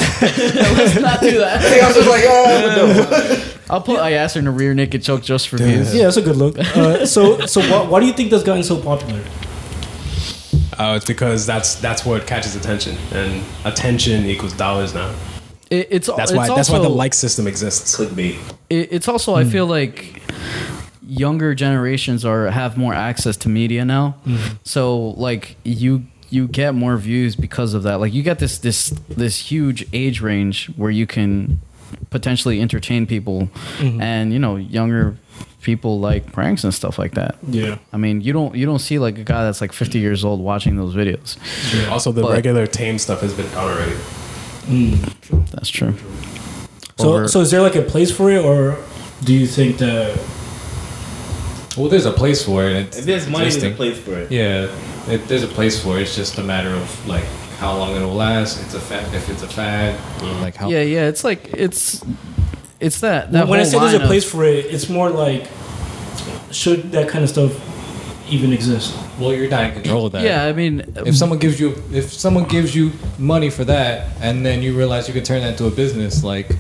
D: let's not do that.
G: I was just like, oh, no.
D: I'll put I asked her in a rear naked choke just for views.
B: yeah, that's a good look. Uh, so, so why, why do you think that's gotten so popular?
H: Oh, it's because that's that's what catches attention, and attention equals dollars now.
D: It, it's it's
H: That's why that's why the
D: also-
H: like system exists.
F: clickbait.
D: it, it's also
B: Hmm.
D: I feel like younger generations are have more access to media now.
B: Hmm.
D: So like you you get more views because of that. Like you got this this this huge age range where you can potentially entertain people
B: Hmm.
D: and you know younger people like pranks and stuff like that.
B: Yeah.
D: I mean, you don't you don't see like a guy that's like 50 years old watching those videos.
H: Also, the
D: But-
H: regular tame stuff has been gone already.
D: That's true.
B: So,
D: Over-
B: so is there like a place for it, or do you think that?
E: Well, there's a place for it. and It's,
F: If there's
E: it's
F: money, there's a
E: existing.
F: place for it.
E: Yeah, it, there's a place for it. It's just a matter of like how long it'll last. It's a fad. If it's a fad,
F: Mm.
E: like how.
D: Yeah, yeah, it's like it's it's that that
B: Well, when I
D: whole
B: say there's
D: line
B: a
D: of-
B: place for it, it's more like should that kind of stuff even exist?
E: Well, you're not in control of that.
D: Yeah, I mean,
E: If someone gives you, if someone gives you money for that, and then you realize you can turn that into a business, like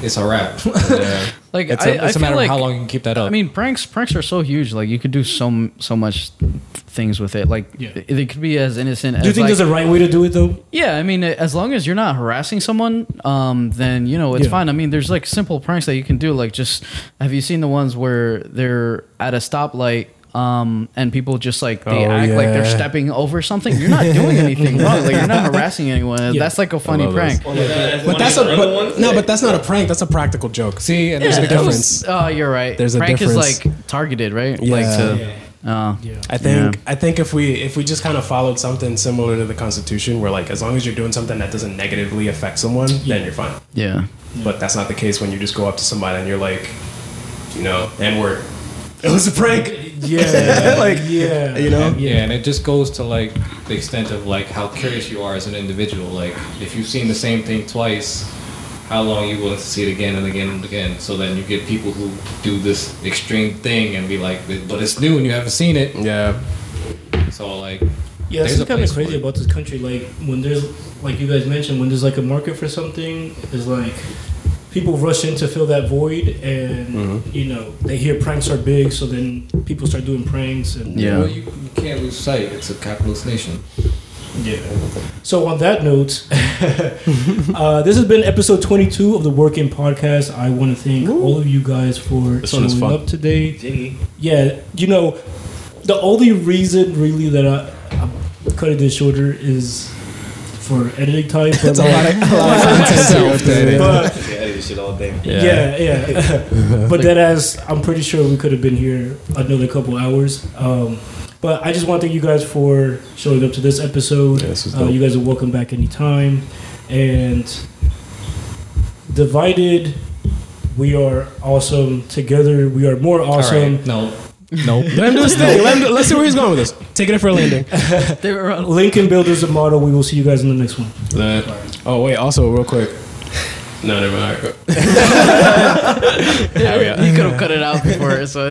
E: it's a wrap. yeah.
D: *laughs* like
E: It's,
D: I-
E: a,
D: I
E: it's a
D: feel
E: matter
D: like,
E: of how long you can keep that up.
D: I mean, pranks pranks are so huge. Like you could do so m- so much things with it. Like
B: Yeah.
D: it, it could be as innocent. as
B: Do you think
D: like,
B: there's a right way to do it though?
D: yeah, I mean, as long as you're not harassing someone, um, then you know it's
B: Yeah.
D: fine. I mean, there's like simple pranks that you can do. Like, just have you seen the ones where they're at a stoplight? Um, and people just like they
H: Oh,
D: act like they're
H: yeah.
D: stepping over something. You're not doing
H: *laughs*
D: anything wrong. Like you're not harassing anyone. That's like a funny
H: love those.
F: Oh
D: prank.
H: But that's a but, no, but that's not a prank. That's a practical joke.
E: see, and
H: There's
E: there's
H: a
E: a
D: That
E: difference.
D: was- Oh, you're right.
H: There's a
D: prank
H: difference.
D: is like targeted, right? Like
H: Yeah.
D: to. Uh,
H: I think I think if we if we just kind of followed something similar to the Constitution, where like as long as you're doing something that doesn't negatively affect someone, then you're fine.
D: yeah.
H: But that's not the case when you just go up to somebody and you're like, you know, and we're it was a prank.
B: *laughs* Yeah,
H: like
B: yeah,
H: you know.
E: Yeah, and it just goes to like the extent of like how curious you are as an individual. Like if you've seen the same thing twice,
I: how long you willing to see it again and again and again. So then you get people who do this extreme thing and be like, but it's new and you haven't seen it.
H: Yeah.
I: So like,
B: Yeah,
I: There's
B: that's
I: a
B: kind of
I: place
B: crazy
I: for it.
B: about this country. Like when there's, like you guys mentioned, when there's like a market for something, it's like people rush in to fill that void, and
H: Mm-hmm.
B: you know they hear pranks are big, so then people start doing pranks, and
D: Yeah.
E: Well, you, you can't lose sight. It's a capitalist nation.
B: yeah. So on that note, *laughs* uh, this has been episode 22 of the Working Podcast. I want to thank all of you guys for
H: This one is
B: showing
H: fun.
B: up today. yeah, you know, the only reason really that I, I'm cutting this shorter is for editing
H: *laughs*
B: time. But like, but,
F: Yeah, edit this shit all day.
B: yeah, yeah. *laughs* but that as I'm pretty sure we could have been here another couple hours. Um, but I just want to thank you guys for showing up to this episode.
H: Yeah, this was
B: uh,
H: dope.
B: you guys are welcome back anytime. And divided, we are awesome. Together, we are more awesome.
E: No,
H: Let him do his thing. Let him do, let's see where he's going with this. Taking it for a *laughs* landing.
D: They were on
B: Lincoln Builders of Model. We will see you guys in the next one.
H: oh wait. Also, real quick. No, never mind.
D: You could have cut it out before. So